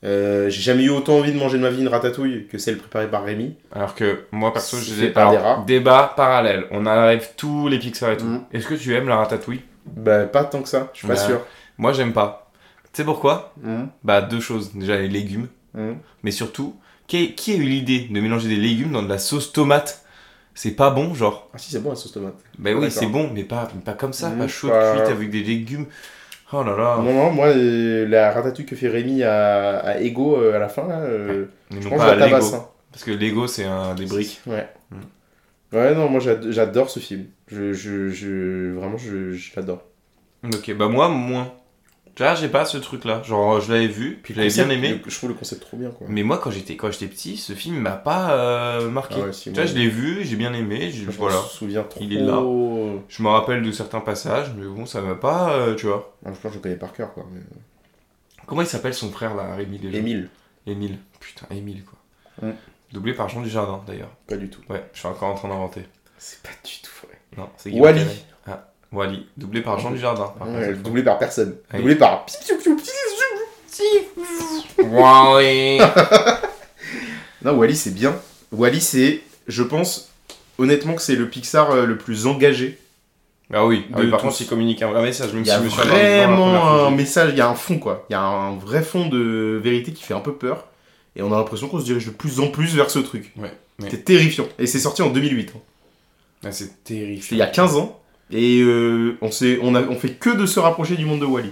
D: Euh, j'ai jamais eu autant envie de manger de ma vie une ratatouille que celle préparée par Rémi.
C: Alors que moi perso,
D: C'est
C: j'ai
D: fait par
C: alors,
D: des rats.
C: débat parallèle. On arrive tous les Pixar et tout.
D: Mm.
C: Est-ce que tu aimes la ratatouille
D: Bah, pas tant que ça, je suis pas
C: Ouais.
D: sûr.
C: Moi j'aime pas. Tu sais pourquoi Bah deux choses. Déjà les légumes,
D: Mm.
C: mais surtout, qui, qui a eu l'idée de mélanger des légumes dans de la sauce tomate C'est pas bon, genre.
D: Ah, si, c'est bon la sauce tomate.
C: Ben oui,
D: D'accord.
C: c'est bon, mais pas, mais pas comme ça,
D: Mmh,
C: pas chaud
D: pas-
C: cuite avec des légumes. Oh là là.
D: Non, non, moi, euh, la ratatouille que fait Rémi à, à Ego euh, à la fin, là, euh,
C: Mais
D: je
C: non
D: pense
C: pas
D: que je la
C: à Lego.
D: tabasse. hein.
C: Parce que Lego, c'est un des briques.
D: Ouais.
C: Mm.
D: Ouais, non, moi, j'ad- j'adore ce film. Je, je, je- vraiment, je, je l'adore. Mmh.
C: Ok, bah moi, moins. Tu vois, j'ai pas ce truc-là. Genre, je l'avais vu, puis je l'avais bien
D: Concept,
C: aimé. Mm.
D: le- Je trouve le concept trop bien, quoi.
C: Mais moi, quand j'étais quand j'étais petit, ce film m'a pas euh, marqué.
D: Ah ouais, si,
C: tu
D: moi,
C: vois, je l'ai vu, j'ai bien aimé, j'ai-
D: je me
C: voilà.
D: souviens trop.
C: Il est là. Je me rappelle de certains passages, mais bon, ça m'a pas, euh, tu vois.
D: Ah, je pense que je le connais par cœur, quoi. mais-
C: Comment il s'appelle son frère, là, Rémi, déjà
D: Émile,
C: Émile. Putain, Émile, quoi.
D: Mm.
C: Doublé par Jean Dujardin, d'ailleurs.
D: pas du tout.
C: Ouais, je suis encore en train d'inventer.
D: C'est pas du tout vrai.
C: Non, c'est Guillaume
D: Wally,
C: Canet. Ah, Wally, doublé par Jean Dujardin. Par
D: Ouais,
C: contre, cette
D: doublé par personne.
C: Ah oui.
D: Doublé par.
C: fois. Wally
D: Non, Wally, c'est bien. Wally, c'est, je pense, honnêtement, que c'est le Pixar euh, le plus engagé.
C: [LAUGHS] Ah oui, ah oui,
D: De
C: par
D: tous.
C: contre, il communique un vrai message, même
D: Il y a
C: si je me suis
D: vraiment un
C: endormi
D: message, il y a un fond, quoi. Il y a un vrai fond de vérité qui fait un peu peur. Et on a l'impression qu'on se dirige de plus en plus vers ce truc.
C: Ouais, ouais.
D: C'était terrifiant. Et c'est sorti en 2008. hein.
C: pour la première fois que j'ai vu. Ah, c'est
D: C'était il y
C: terrifiant.
D: a 15 ans. Et euh, on, s'est- on, a- on fait que de se rapprocher du monde de Wally.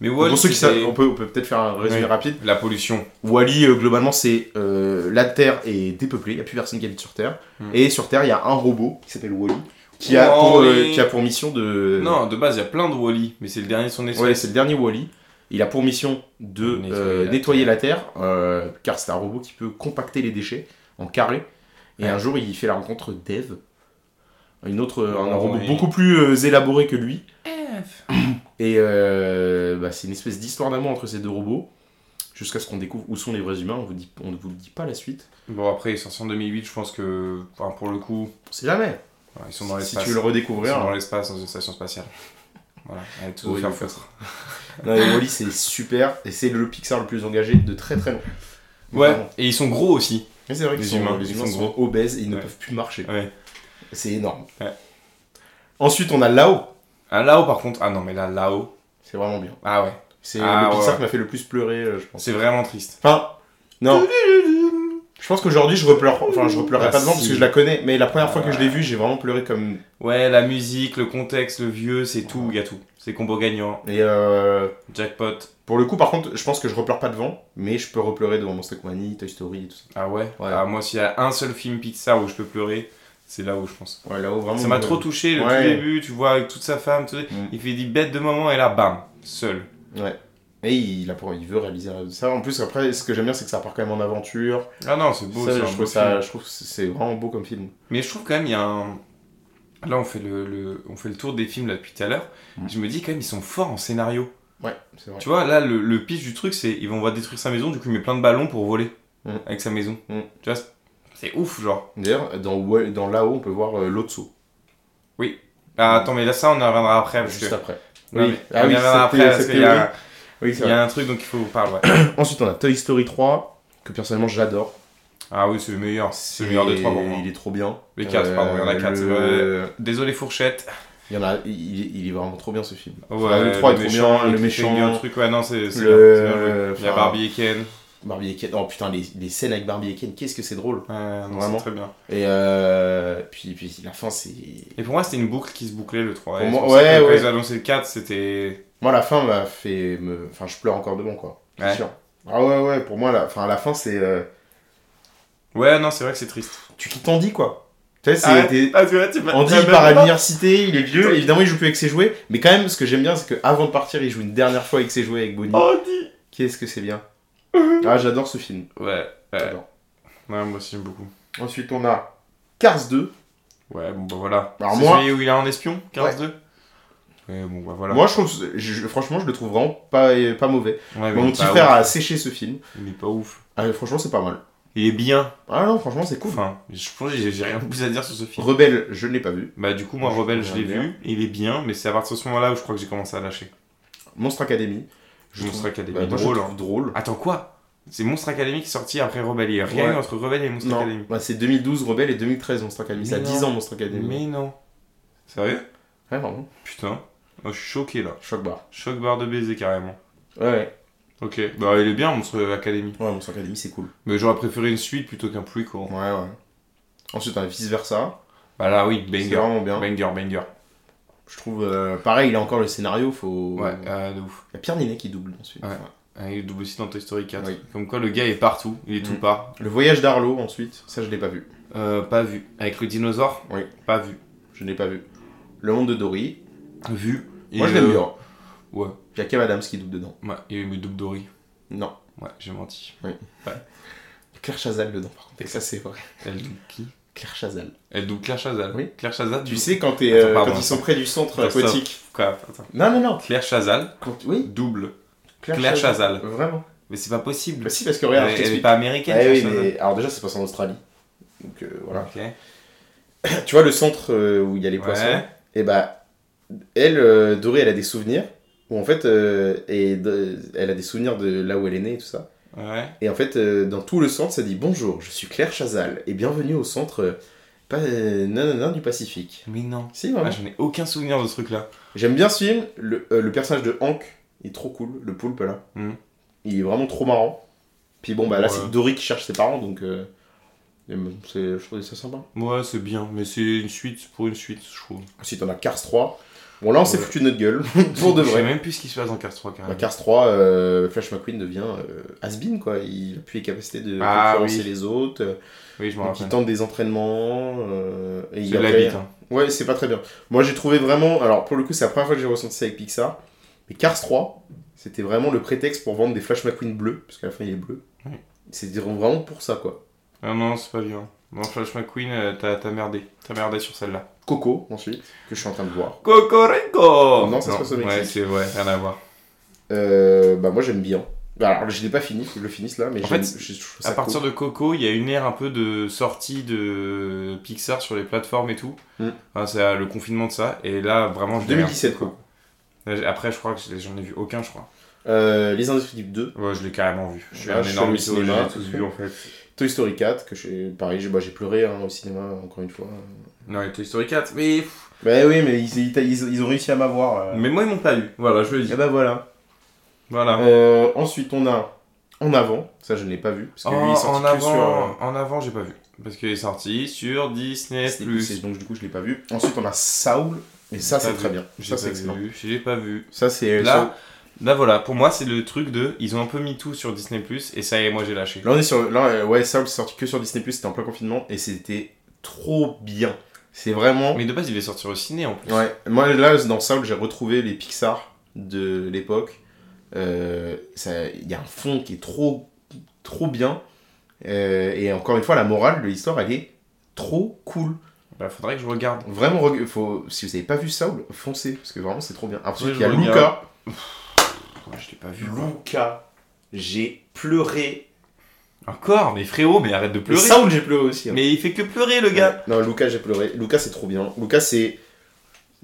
C: Mais Wally,
D: Pour ceux qui
C: c'était
D: savent, on peut on peut peut-être faire un résumé
C: Ouais.
D: rapide.
C: la pollution.
D: Wally, euh, globalement, c'est euh, la Terre est dépeuplée, il n'y a plus personne qui habite sur Terre.
C: Hmm.
D: Et sur Terre, il y a un robot qui s'appelle Wally, qui, a pour, euh,
C: Wall-E.
D: qui a pour mission de.
C: Non, de base, il y a plein de Wally, mais c'est le dernier de son
D: euh, Ouais,
C: espèce.
D: c'est le dernier Wally. Il a pour mission de
C: Nettoyer
D: euh,
C: la
D: nettoyer la Terre, euh, car c'est un robot qui peut compacter les déchets en carré. Et
C: Ouais.
D: un jour, il fait la rencontre d'Eve, une autre, un
C: Oh,
D: robot
C: oui.
D: beaucoup plus euh, élaboré que lui. Et euh, bah, c'est une espèce d'histoire d'amour entre ces deux robots, jusqu'à ce qu'on découvre où sont les vrais humains. On vous dit, on ne vous dit pas la suite.
C: Bon, après, il est sorti en 2008, je pense que, enfin, pour le coup,
D: On sait jamais.
C: ouais, ils sont dans
D: si
C: l'espace.
D: tu veux
C: Ils
D: le hein.
C: sont
D: redécouvrir.
C: dans l'espace, dans une station spatiale. Voilà, allez, tout
D: Oui,
C: faire
D: oui.
C: foutre.
D: Non, mais Wall-E, c'est super et c'est le Pixar le plus engagé de très très long.
C: Ouais,
D: Vraiment.
C: et ils sont gros aussi.
D: Mais c'est vrai que
C: Les
D: sont-
C: humains,
D: les
C: ils
D: humains
C: sont
D: sont obèses et ils ne
C: Ouais.
D: peuvent plus marcher.
C: Ouais.
D: C'est énorme.
C: Ouais.
D: Ensuite, on a Lao.
C: Ah, là-haut, par contre, ah non, mais là, là-haut.
D: C'est vraiment bien.
C: Ah ouais,
D: C'est
C: Ah,
D: le Pixar
C: ouais.
D: qui m'a fait le plus pleurer, euh, je pense.
C: c'est vraiment triste.
D: Enfin, non. Je pense qu'aujourd'hui, je repleure. Enfin, je repleure
C: Bah,
D: pas devant parce
C: si.
D: que je la connais, mais la première fois que
C: Ah.
D: je l'ai vue, j'ai vraiment pleuré comme.
C: Ouais, la musique, le contexte, le vieux, c'est tout, il y a tout. C'est combo gagnant,
D: Et euh,
C: jackpot.
D: pour le coup, par contre, je pense que je repleure pas devant, mais je peux repleurer devant Monster Company, Toy Story et tout ça.
C: Ah ouais,
D: Ouais.
C: Ah, Moi, s'il y a un seul film Pixar où je peux pleurer, c'est là où je pense.
D: Ouais, là-haut, vraiment.
C: Ça m'a
D: je-
C: trop touché le
D: Ouais.
C: tout début, tu vois, avec toute sa femme, tout-
D: Mm.
C: il fait des bêtes de moments et là, bam, seul.
D: Ouais. Et il, a pour- il veut réaliser ça. En plus, après, ce que j'aime bien, c'est que ça part quand même en aventure.
C: Ah non, c'est beau,
D: ça,
C: c'est un
D: je,
C: beau
D: trouve ça,
C: film.
D: je trouve que c'est vraiment beau comme film.
C: Mais je trouve quand même, il y a un. Là, on fait le, le- on fait le tour des films là depuis tout à l'heure.
D: Mm.
C: Je me dis quand même, ils sont forts en scénario.
D: Ouais, c'est vrai.
C: Tu vois, là, le, le pitch du truc, c'est ils vont on va détruire sa maison, du coup, il met plein de ballons pour voler
D: Mm.
C: avec sa maison.
D: Mm.
C: Tu vois, c'est- c'est ouf, genre.
D: D'ailleurs, dans, Wa- dans là-haut, on peut voir euh, l'Otso,
C: Ah, attends, mais là, ça, on y reviendra après. Ah, parce
D: juste
C: que-
D: après.
C: Non,
D: Oui.
C: mais
D: Ah
C: on y
D: oui,
C: reviendra
D: c'était-
C: après parce
D: c'était-
C: qu'il y, a-
D: Oui,
C: il y a un truc dont il faut vous parler. ouais.
D: [LAUGHS] Ensuite, on a Toy Story 3, que personnellement, j'adore.
C: ah oui, c'est le meilleur. C'est le meilleur des trois pour moi.
D: Il est trop bien. Euh,
C: Les quatre, pardon, il y en a quatre,
D: le-
C: Désolé, fourchette.
D: Il, y en a, il, il est vraiment trop bien ce film.
C: Ouais,
D: Ah, le 3 est trop bien, le méchant.
C: cliffhanger, le truc, ouais, non, c'est. c'est
D: le-
C: bien, c'est bien joué. Il y a
D: enfin,
C: Barbie et Ken.
D: Barbie et Ken. Oh putain, les, les scènes avec Barbie et Ken, qu'est-ce que c'est drôle.
C: Ouais, non,
D: Vraiment.
C: c'est très bien.
D: Et euh, puis, puis la fin, c'est.
C: Et pour moi, c'était une boucle qui se bouclait le 3.
D: Pour
C: Et
D: moi-
C: c'est pour ça
D: ouais,
C: que
D: ouais.
C: Quand ils ont annoncé le 4, c'était.
D: Moi, la fin m'a fait. Me... Enfin, je pleure encore devant, quoi. C'est
C: Ouais.
D: sûr. Ah ouais, ouais, pour moi, la, enfin, la fin, c'est. euh,
C: Ouais, non, c'est vrai que c'est triste.
D: Tu quittes Andy, quoi. Tu sais, c'est.
C: Ah ouais.
D: t'es-
C: Ah, tu vois, tu m'as-
D: Andy,
C: tu
D: il
C: m'as-
D: part à l'université, il est vieux, évidemment, il joue plus avec ses jouets, mais quand même, ce que j'aime bien, c'est qu'avant de partir, il joue une dernière fois avec ses jouets avec Bonnie.
C: Andy
D: Qu'est-ce que
C: [LAUGHS]
D: c'est bien. Ah, j'adore ce film.
C: Ouais, ouais.
D: J'adore.
C: Ouais, moi aussi, j'aime beaucoup.
D: Ensuite, on a Cars 2.
C: Ouais, bon, bah voilà.
D: Alors
C: c'est
D: moi-
C: celui où il est en espion, 15-2 Ouais, bon, bah voilà.
D: Moi, je trouve, je- franchement, je le trouve vraiment pas, pas mauvais.
C: Ouais, mais il
D: Mon
C: est
D: petit
C: Ah pas
D: frère
C: ouf.
D: a séché ce film.
C: Il est pas ouf.
D: Ah, franchement, c'est pas mal.
C: Il est bien.
D: Ah non, franchement, c'est cool.
C: Enfin, je pense que j'ai j'ai rien de plus à dire sur ce film.
D: Rebelle, je ne l'ai pas vu.
C: Bah du coup moi
D: Je
C: Rebelle je l'ai
D: bien.
C: vu, il est bien, mais c'est à partir de ce moment-là où je crois que j'ai commencé à lâcher.
D: Monstre Academy.
C: Je Monstre
D: trouve-
C: Academy,
D: Bah, moi, je
C: drôle.
D: trouve
C: hein.
D: drôle.
C: Attends quoi C'est Monstre Academy qui est sorti après Rebelle, il y a rien
D: Ouais.
C: eu entre Rebelle et Monstre
D: Non,
C: Academy.
D: bah, c'est 2012 Rebelle et 2013 Monstre Academy.
C: Mais
D: C'est à
C: non.
D: 10 ans Monstre Academy.
C: Mais non. Sérieux
D: Ouais, vraiment.
C: Putain. Oh, je suis choqué là.
D: Choc bar.
C: Choc barre de baiser carrément.
D: Ouais, ouais.
C: Ok, bah il est bien Monstre Academy.
D: Ouais, Monstre Academy, c'est cool.
C: Mais j'aurais préféré une suite plutôt qu'un plus court.
D: Ouais, ouais. Ensuite, on a Vice Versa.
C: Bah là oui,
D: C'est
C: banger.
D: vraiment bien.
C: Banger, banger.
D: Je trouve, euh, pareil, il a encore le scénario, faut...
C: Ouais, euh, de ouf.
D: Il y a Pierre Ninet qui double dans ce film.
C: Ouais. Ah, il double aussi dans Toy Story 4.
D: Oui.
C: Comme quoi le gars est partout, il est tout
D: Mm.
C: part.
D: Le voyage d'Arlo, ensuite, ça je l'ai pas vu.
C: Euh, pas vu. Avec le dinosaure
D: Oui.
C: Pas vu.
D: Je l'ai pas vu. Le monde de Dory.
C: Vu.
D: Moi,
C: Et,
D: je l'aime
C: euh,
D: bien.
C: Ouais.
D: Il y a Kev Adams qui double dedans.
C: Ouais, il y a eu Double Dory.
D: Non.
C: Ouais, j'ai menti.
D: Claire Chazal dedans, par contre. Et ça, c'est vrai.
C: Elle double qui
D: Claire Chazal.
C: Elle double Claire Chazal.
D: Oui.
C: Claire Chazal,
D: Tu sais, quand, t'es,
C: Ah, Attends,
D: euh,
C: pardon,
D: quand ils sont
C: attends.
D: près du centre
C: Attends, stop.
D: aquatique.
C: Quoi Attends.
D: Non, non, non.
C: Claire Chazal
D: Quand- Oui.
C: double Claire Chazal.
D: Vraiment.
C: Mais c'est pas possible.
D: Bah si, parce que regarde,
C: elle
D: je
C: elle est
D: t'explique.
C: pas américaine,
D: Eh oui,
C: Claire
D: mais alors déjà, ça se passe en Australie. Donc euh, voilà.
C: Chazal.
D: Tu vois le centre euh, où il y a les
C: Ok.
D: poissons
C: Ouais.
D: Et bah, elle, euh, Dory, elle a des souvenirs. Où en fait, euh, et de- elle a des souvenirs de là où elle est née et tout ça.
C: Ouais.
D: Et en fait, euh, dans tout le centre, ça dit Bonjour, je suis Claire Chazal et bienvenue au centre euh, pa- euh, nanana du Pacifique.
C: Mais non.
D: Si,
C: Ah,
D: vraiment.
C: J'en ai aucun souvenir de ce truc-là.
D: J'aime bien ce film. Le, euh, le personnage de Hank il est trop cool, le poulpe là.
C: Mhm.
D: Il est vraiment trop marrant. Puis bon, bah là,
C: Ouais.
D: c'est Dory qui cherche ses parents donc. euh, et bon, c'est- je trouvais ça sympa.
C: Ouais, c'est bien, mais c'est une suite pour une suite, je trouve.
D: Ensuite, on a Cars 3. Bon, là, on s'est
C: Ouais.
D: foutu de notre
C: [LAUGHS]
D: gueule. pour de
C: Je sais
D: vrai.
C: même plus ce qui se passe dans Cars 3
D: Dans
C: carrément.
D: Cars 3, euh, Flash McQueen devient euh, has-been, quoi. Il a plus les capacités de
C: Ah,
D: concurrencer
C: oui.
D: les autres. euh,
C: Oui, je m'en
D: donc, il
C: rappelle.
D: tente des entraînements. euh, et
C: C'est
D: il
C: de la
D: après-
C: bite. hein.
D: Ouais, c'est pas très bien. Moi, j'ai trouvé vraiment. Alors, pour le coup, c'est la première fois que j'ai ressenti ça avec Pixar. Mais Cars 3, c'était vraiment le prétexte pour vendre des Flash McQueen bleus, parce qu'à la fin, il est bleu.
C: Oui.
D: C'était vraiment pour ça, quoi.
C: Ah non, c'est pas bien. Non, Flash McQueen, euh, t'as t'as merdé. T'as merdé sur celle-là.
D: Coco, ensuite, que je suis en train de voir.
C: Cocorico
D: Non, ça se passe au Mexique.
C: Ouais, c'est ouais, rien à voir.
D: Euh, bah, moi, j'aime bien. Bah, Alors, je l'ai pas fini, faut que je le finisse là, mais
C: En
D: j'aime-
C: fait,
D: je- je trouve ça
C: À partir
D: cool.
C: de Coco, il y a une ère un peu de sortie de Pixar sur les plateformes et tout.
D: Mm.
C: Enfin, c'est euh, le confinement de ça. Et là, vraiment, je l'ai
D: 2017,
C: regardé, quoi. Là, j'ai- Après, je crois que je l'ai- j'en ai vu aucun, je crois.
D: Euh, Les Indestructibles 2.
C: Ouais, je l'ai carrément vu. Je suis
D: Ah,
C: un
D: je suis
C: énorme
D: allé au cinéma.
C: j'ai tous vu en fait.
D: Toy Story 4, que j'ai pareil, j'ai bah, j'ai pleuré hein, au cinéma encore une fois.
C: Non, et Toy Story 4. Mais, pff,
D: Bah oui, mais ils, ils- ils- ils ont réussi à m'avoir. euh. Eh
C: mais moi, ils m'ont pas eu. Voilà, je le dis.
D: Et bah voilà.
C: Voilà.
D: Euh, ensuite, on a en avant. Ça, je ne l'ai pas vu. Parce que lui,
C: Oh,
D: il est sorti
C: en,
D: que
C: avant,
D: sur. euh,
C: en avant, j'ai pas vu. Parce qu'il est sorti sur Disney.
D: Disney+, donc du coup, je l'ai pas vu. Ensuite, on a Saul. Et ça,
C: J'ai
D: c'est
C: pas
D: très
C: vu.
D: bien.
C: J'ai
D: Ça, c'est
C: pas
D: excellent.
C: vu. J'ai pas vu.
D: Ça, c'est.
C: Là, là, voilà, pour moi, c'est le truc de. Ils ont un peu mis tout sur Disney, et ça y est, moi j'ai lâché.
D: Là, on est sur. Là, euh, ouais, Saul, c'est sorti que sur Disney, c'était en plein confinement et c'était trop bien. C'est vraiment.
C: Mais de base, il devait sortir au ciné en plus.
D: Ouais, moi, là, dans Saul, j'ai retrouvé les Pixar de l'époque. Euh, ça- Il y a un fond qui est trop, trop bien. Euh, et encore une fois, la morale de l'histoire, elle est trop cool.
C: Bah, faudrait que je regarde.
D: Vraiment, reg- faut, si vous n'avez pas vu Saul, foncez, parce que vraiment, c'est trop bien. Ensuite,
C: Ouais,
D: il y a
C: je regarde.
D: Luca.
C: Ouais, Oh, je l'ai pas vu. quoi.
D: Luca, j'ai pleuré.
C: Encore Mais frérot, mais arrête de pleurer.
D: Saul, j'ai pleuré aussi. hein.
C: Mais il fait que pleurer, le gars.
D: Non, Lucas, j'ai pleuré. Lucas, c'est trop bien. Lucas, c'est.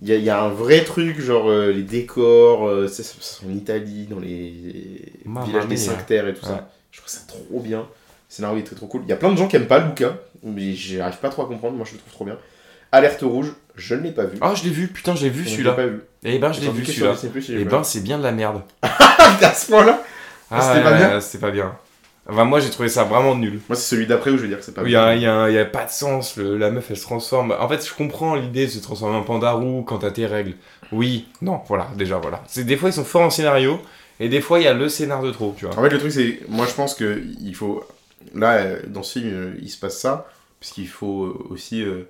D: Il y, a- il y a un vrai truc, genre euh, les décors, euh, c'est c'est en Italie, dans les
C: Mamma
D: villages des
C: mia.
D: cinq terres et tout
C: Ouais.
D: ça. Je trouve ça trop bien. Le scénario est très trop cool. Il y a plein de gens qui aiment pas Lucas, mais j'arrive pas trop à comprendre. Moi, je le trouve trop bien. Alerte rouge, je ne l'ai pas vu.
C: Ah, je l'ai vu, putain, je l'ai vu
D: Je l'ai
C: celui-là.
D: pas vu.
C: Eh ben, je l'ai
D: Attends,
C: vu
D: qu'est-ce
C: celui-là.
D: que c'est plus, je l'ai
C: Eh
D: pas
C: ben, c'est bien de la merde.
D: vu. [LAUGHS] à ce point-là. Ah, c'était pas
C: ouais,
D: bien
C: ouais, C'était pas bien. Enfin, moi, j'ai trouvé ça vraiment nul.
D: Moi, c'est celui d'après où je vais dire que c'est pas
C: Il y a, il y a- il y a pas de sens, le- la meuf elle se transforme. En fait, je comprends l'idée de se transformer en panda roux quand t'as tes règles. Oui, non, voilà, déjà voilà. C'est Des fois ils sont forts en scénario, et des fois il y a le scénar de trop, tu vois.
D: En fait, le truc, c'est. Moi, je pense que il faut. Là, euh, dans ce film, euh, il se passe ça, parce qu'il faut euh, aussi euh,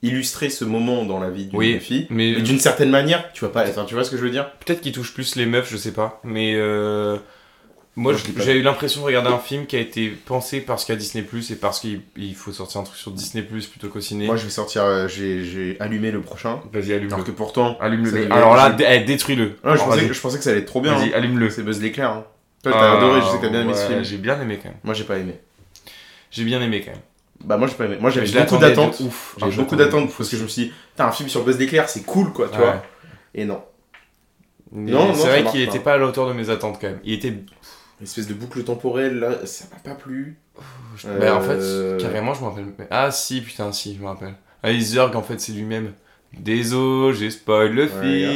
D: illustrer ce moment dans la vie d'une
C: Oui. Mm.
D: fille.
C: Mais
D: Mais d'une certaine manière, tu vois pas. Attends, tu vois ce que je veux dire
C: peut-être qu'ils touchent plus les meufs, je sais pas. Mais euh, moi
D: Moi, je
C: je-
D: dis pas.
C: j'ai eu l'impression de regarder un film qui a été pensé parce qu'il y a Disney Plus et parce qu'il il faut sortir un truc sur Disney Plus plutôt qu'au ciné.
D: Moi, je vais sortir. euh, J'ai j'ai allumé le prochain.
C: Vas-y, allume-le.
D: Alors que pourtant.
C: Allume-le.
D: ça
C: Mais
D: devait-
C: Alors là,
D: je-
C: dé- eh, détruis-le.
D: Ah, je,
C: Alors,
D: pensais,
C: vas-y.
D: je pensais que ça allait être trop bien.
C: Vas-y,
D: hein.
C: allume-le.
D: C'est Buzz l'éclair. hein. Toi, t'as
C: Ah,
D: adoré, je sais que t'as bien aimé ce
C: ouais,
D: film.
C: J'ai bien aimé quand même.
D: Moi, j'ai pas aimé.
C: J'ai bien aimé quand même.
D: Bah, moi, j'ai pas aimé. Moi, j'avais
C: Je
D: beaucoup
C: l'attendais de
D: d'attentes.
C: Ouf. Ah,
D: J'avais
C: je
D: beaucoup
C: l'attendais.
D: d'attentes parce que je me suis dit, t'as un film sur Buzz l'éclair, c'est cool quoi, tu
C: Ouais.
D: vois. Et non.
C: Mais
D: Non, non, ça
C: c'est vrai
D: marche
C: qu'il
D: pas.
C: était pas à la hauteur de mes attentes quand même. Il était.
D: Une espèce de boucle temporelle là, ça m'a pas plu. Euh,
C: Bah, en fait, carrément, je me rappelle. Ah si, putain, si, je me rappelle. Ah, il Zurg, en fait, c'est lui-même. Désolé, j'ai spoil le
D: Ouais, il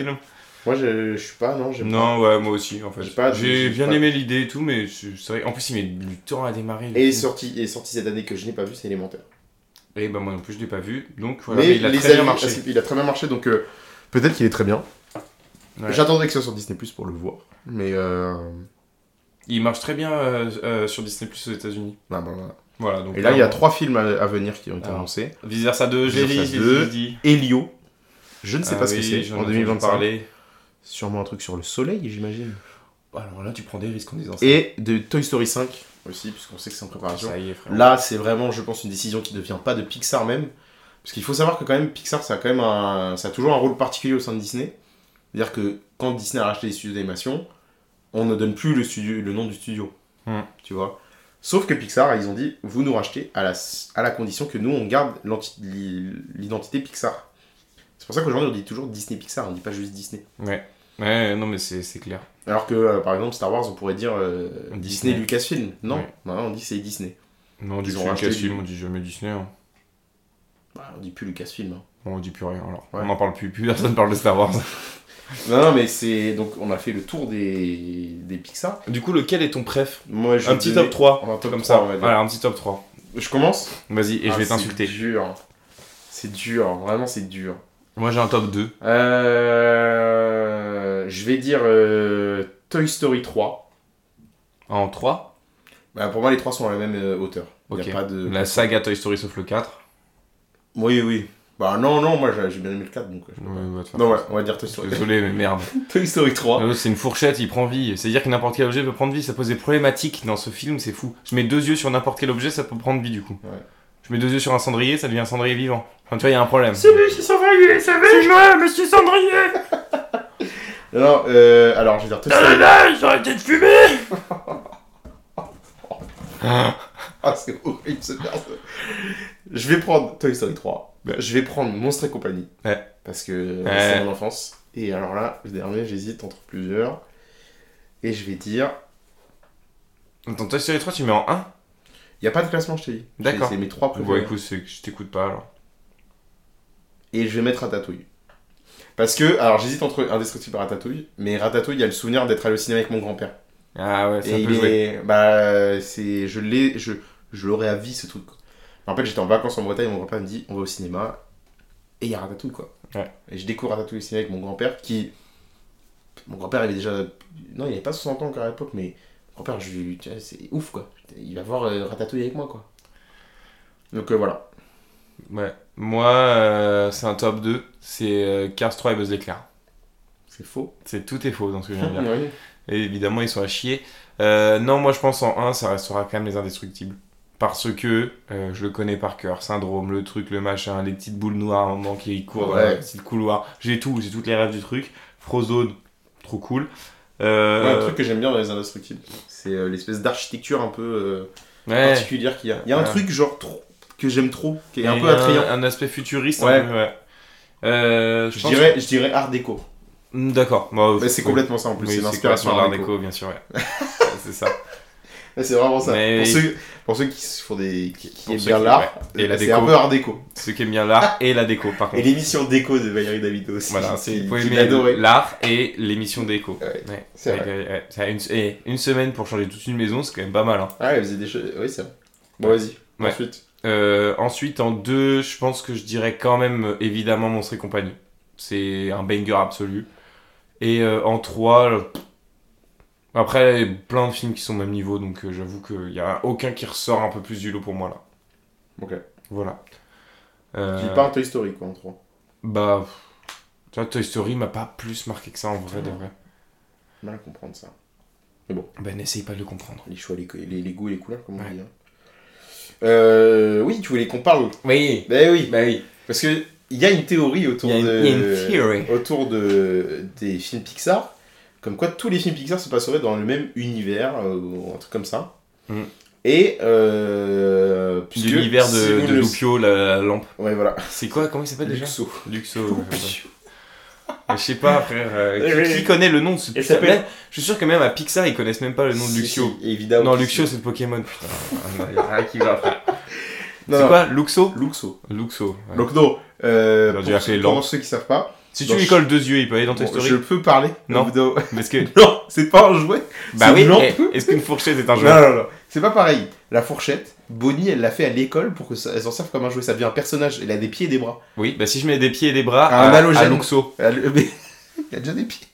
D: a
C: film.
D: Moi je, je suis pas, non, j'aime
C: Non, ouais, moi aussi, en fait.
D: J'ai pas-
C: J'ai
D: j'ai
C: bien
D: pas-
C: aimé l'idée et tout, mais c'est c'est vrai. En plus, il met du temps à démarrer.
D: pas. Et sorti, et sorti cette année que je n'ai pas vu, c'est élémentaire.
C: Et bah, moi non plus, je l'ai pas vu. Donc, voilà,
D: mais
C: mais il a
D: les
C: très bien
D: avis-
C: marché.
D: Il a très bien marché donc euh, peut-être qu'il est très bien.
C: Ouais.
D: J'attendrai que ce soit sur Disney Plus pour le voir. Mais euh...
C: Il marche très bien euh, euh, sur Disney Plus aux États-Unis.
D: bah, bah, bah.
C: Voilà, donc.
D: Et là il y a
C: euh,
D: trois films à, à venir qui ont été
C: Alors.
D: annoncés.
C: Vice versa 2, j'ai
D: Vice versa
C: dit, j'ai
D: deux.
C: dit, j'ai dit.
D: Elio, je ne sais
C: Ah
D: pas ce
C: oui,
D: que c'est
C: j'en ai
D: en
C: entendu
D: 2025.
C: parler.
D: Sûrement un truc sur le soleil j'imagine.
C: Ah, Alors là, tu prends des risques en disant ça. Ah,
D: Et de Toy Story 5 aussi puisqu'on sait que c'est en préparation.
C: Ça y est, frère.
D: Là, c'est vraiment, je pense, une décision qui ne vient pas de Pixar même. Parce qu'il faut savoir que quand même, Pixar, ça a, quand même un- ça a toujours un rôle particulier au sein de Disney. C'est-à-dire que quand Disney a racheté les studios d'animation, on ne donne plus le, studio, le nom du studio.
C: Hmm.
D: Tu vois Sauf que Pixar, ils ont dit, vous nous rachetez à la, à la condition que nous, on garde l'anti- l'i- l'identité Pixar. C'est pour ça qu'aujourd'hui, on dit toujours Disney Pixar, on dit pas juste Disney.
C: Ouais, non, mais c'est c'est clair.
D: Alors que, euh, par exemple, Star Wars, on pourrait dire euh,
C: Disney.
D: Disney. Lucasfilm. Non,
C: Ouais.
D: maintenant, on dit c'est Disney.
C: Non, on dit
D: Ils ont
C: plus
D: racheté
C: Lucasfilm,
D: du-
C: on dit jamais Disney. hein.
D: Bah, on dit plus Lucasfilm. hein.
C: Bon, on dit plus rien alors.
D: Ouais.
C: On n'en parle plus, plus personne parle de Star Wars.
D: Non, non, mais c'est. Donc, on a fait le tour des, des Pixar.
C: [LAUGHS] du coup, lequel est ton préf
D: Moi, je
C: Un
D: vais
C: petit
D: donner-
C: top 3.
D: Un top
C: Comme
D: 3,
C: ça,
D: on va dire.
C: voilà, un petit top 3.
D: Je commence
C: Vas-y, et
D: Ah,
C: je vais
D: c'est
C: t'insulter.
D: dur. C'est dur, vraiment, c'est dur.
C: Moi, j'ai un top 2.
D: Euh, Je vais dire euh, Toy Story 3.
C: En 3
D: Bah, pour moi, les trois sont à la même euh, hauteur. Il
C: Ok.
D: a pas de.
C: La saga Toy Story sauf le 4.
D: Oui, oui. Bah, non, non, moi, j'ai j'ai bien aimé le 4, donc. euh, je peux
C: Ouais, ouais, de toute
D: pas. Non, ouais,
C: façon.
D: on va dire Toy Story,
C: Désolé, mais merde.
D: [LAUGHS] Toy Story 3.
C: Euh, C'est une fourchette, il prend vie. C'est-à-dire que n'importe quel objet peut prendre vie. Ça pose des problématiques dans ce film, c'est fou. Je mets deux yeux sur n'importe quel objet, ça peut prendre vie du coup.
D: Ouais.
C: Je mets deux yeux sur un cendrier, ça devient un cendrier vivant. Enfin, tu vois, il y a un problème.
E: C'est moi, monsieur Cendrier
D: Non, non, euh, alors, je vais dire Toy Story
E: Là, j'aurais été de
C: [LAUGHS]
E: fumer
D: Ah, c'est horrible ce perso. Je vais prendre Toy Story 3.
C: Ouais.
D: Je vais prendre Monstre et compagnie.
C: Ouais.
D: Parce que
C: Ouais.
D: c'est mon enfance. Et alors là, le dernier, j'hésite entre plusieurs. Et je vais dire.
C: Attends, Toy Story 3, tu mets en 1
D: Il n'y a pas de classement, je t'ai dit. Je t'ai dit,
C: D'accord.
D: C'est mes trois
C: Bon, bah,
D: préférés.
C: écoute, c'est que je t'écoute pas alors.
D: et je vais mettre Ratatouille. Parce que, alors j'hésite entre Indestructible et Ratatouille, mais Ratatouille, il y a le souvenir d'être allé au cinéma avec mon grand-père.
C: Ah ouais, ça
D: et
C: peut
D: il
C: jouer.
D: est... Bah, c'est... Je l'ai... Je, je l'aurais à vie, ce truc. En fait, j'étais en vacances en Bretagne, mon grand-père me dit, on va au cinéma, et il y a Ratatouille, quoi.
C: Ouais.
D: Et je découvre Ratatouille au cinéma avec mon grand-père, qui... Mon grand-père, il est déjà... Non, il n'avait pas 60 ans encore à l'époque, mais... Mon grand-père, je lui... tu vois, C'est ouf, quoi. Il va voir euh, Ratatouille avec moi, quoi. Donc, euh, voilà.
C: Ouais. Moi, euh, c'est un top 2. C'est euh, Cars 3 et Buzz l'éclair.
D: C'est faux.
C: C'est tout est faux dans ce que je viens de dire.
D: [LAUGHS] Ouais.
C: Et évidemment, ils sont à chier. Euh, non, moi je pense en 1, ça restera quand même les indestructibles. Parce que euh, je le connais par cœur, syndrome, le truc, le machin, les petites boules noires à un moment qui courent dans
D: Ouais.
C: le petit couloir. J'ai tout, j'ai toutes les rêves du truc. Frozone, trop cool.
D: Ouais,
C: Euh,
D: Un truc que j'aime bien dans les Indestructibles, c'est euh, l'espèce d'architecture un peu... euh,
C: ouais.
D: particulière qu'il y a. Il y a un
C: Ouais.
D: truc genre trop, que j'aime trop, qui est un
C: Et
D: peu attrayant.
C: Un aspect futuriste.
D: Ouais.
C: un peu, ouais. Euh,
D: Je
C: pense-
D: dirais, je dirais art déco.
C: Mm, D'accord. Bah,
D: Mais c'est
C: oui.
D: complètement ça en plus,
C: Oui,
D: c'est
C: c'est l'inspiration
D: l'inspiration
C: de
D: art
C: l'art
D: déco.
C: déco, bien sûr.
D: [LAUGHS]
C: ouais. c'est ça.
D: Ouais, C'est vraiment ça.
C: Mais-
D: Pour, ceux, pour ceux qui se font des qui, qui
C: Pour
D: aiment
C: ceux
D: bien
C: qui-
D: l'art,
C: ouais. Et la
D: c'est
C: déco.
D: un peu art déco.
C: Ce qui aime bien l'art et la déco, par contre.
D: Et l'émission déco de Valérie David aussi.
C: Voilà, c'est
D: qui,
C: vous pouvez
D: qui
C: aimer
D: l'adorait.
C: l'art et l'émission déco.
D: Ouais,
C: Ouais.
D: c'est vrai.
C: Ouais, ouais, ça a une, et une semaine pour changer toute une maison, c'est quand même pas mal. hein.
D: Ah, elle faisait des choses. Oui, c'est vrai. Bon, vas-y.
C: Ouais.
D: Ensuite.
C: Euh, ensuite, en deux, je pense que je dirais quand même euh, évidemment Monstre et compagnie. C'est un banger absolu. Et euh, en trois, le- après, il y a plein de films qui sont au même niveau, donc euh, j'avoue qu'il n'y a aucun qui ressort un peu plus du lot pour moi là.
D: Ok.
C: Voilà. Euh,
D: Qui part un Toy Story, quoi, en trois.
C: Bah, pff, tu vois, Toy Story m'a pas plus marqué que ça en vrai de vrai.
D: Mal à comprendre ça.
C: Ben, n'essaye pas de le comprendre.
D: Les choix, les, les, les goûts et les couleurs, comme on
C: Ouais.
D: dit. hein. Euh, oui, tu voulais qu'on parle.
C: Oui,
D: Ben oui. euh,
C: bah oui.
D: Parce que il y a une théorie autour
C: Il y a une-
D: de
C: il y a une theory.
D: autour de des films Pixar, comme quoi tous les films Pixar se passeraient dans le même univers euh, ou un truc comme ça.
C: Mm.
D: Et euh, puisque
C: L'univers de,
D: Sigourney-
C: de Lupio, la, la lampe.
D: Ouais voilà.
C: C'est quoi Comment il s'appelle déjà
D: Luxo.
C: Luxo. ouais, ouais. Je sais pas, frère. euh,
E: Oui,
C: qui,
E: oui.
C: qui connaît le nom de ce
E: Il
C: putain-
E: s'appelle-
C: Là, Je suis sûr que même à Pixar, ils connaissent même pas le nom de
D: Si,
C: Luxio.
D: si, évidemment.
C: Non, Luxio, c'est de Pokémon.
D: [LAUGHS]
C: Putain, y a rien qui va, frère.
D: Non,
C: C'est
D: non,
C: quoi Luxo
D: Luxo.
C: Luxo. ouais.
D: Donc non. euh,
C: J'aurais dû
D: pour,
C: appeler
D: pour
C: Lampe.
D: ceux qui savent pas,
C: Si
D: Dans
C: tu lui
D: ch-
C: colles deux yeux, il peut aller dans
D: bon,
C: Toy Story.
D: je peux parler.
C: Non.
D: Au bout d'un-
C: Parce
D: [LAUGHS]
C: que.
D: non, c'est pas un jouet.
C: Bah oui,
D: une lampe.
C: eh, est-ce qu'une fourchette est un
D: Non,
C: jeu
D: non, non, c'est pas pareil. La fourchette, Bonnie, elle l'a fait à l'école pour que ça, elle s'en serve comme un jouet. Ça devient un personnage. Elle a des pieds et des bras.
C: Oui, bah si je mets des pieds et des bras
D: Ah, Un
C: à,
D: halogène.
C: à Luxo.
D: Elle, mais, [LAUGHS] il a déjà des pieds.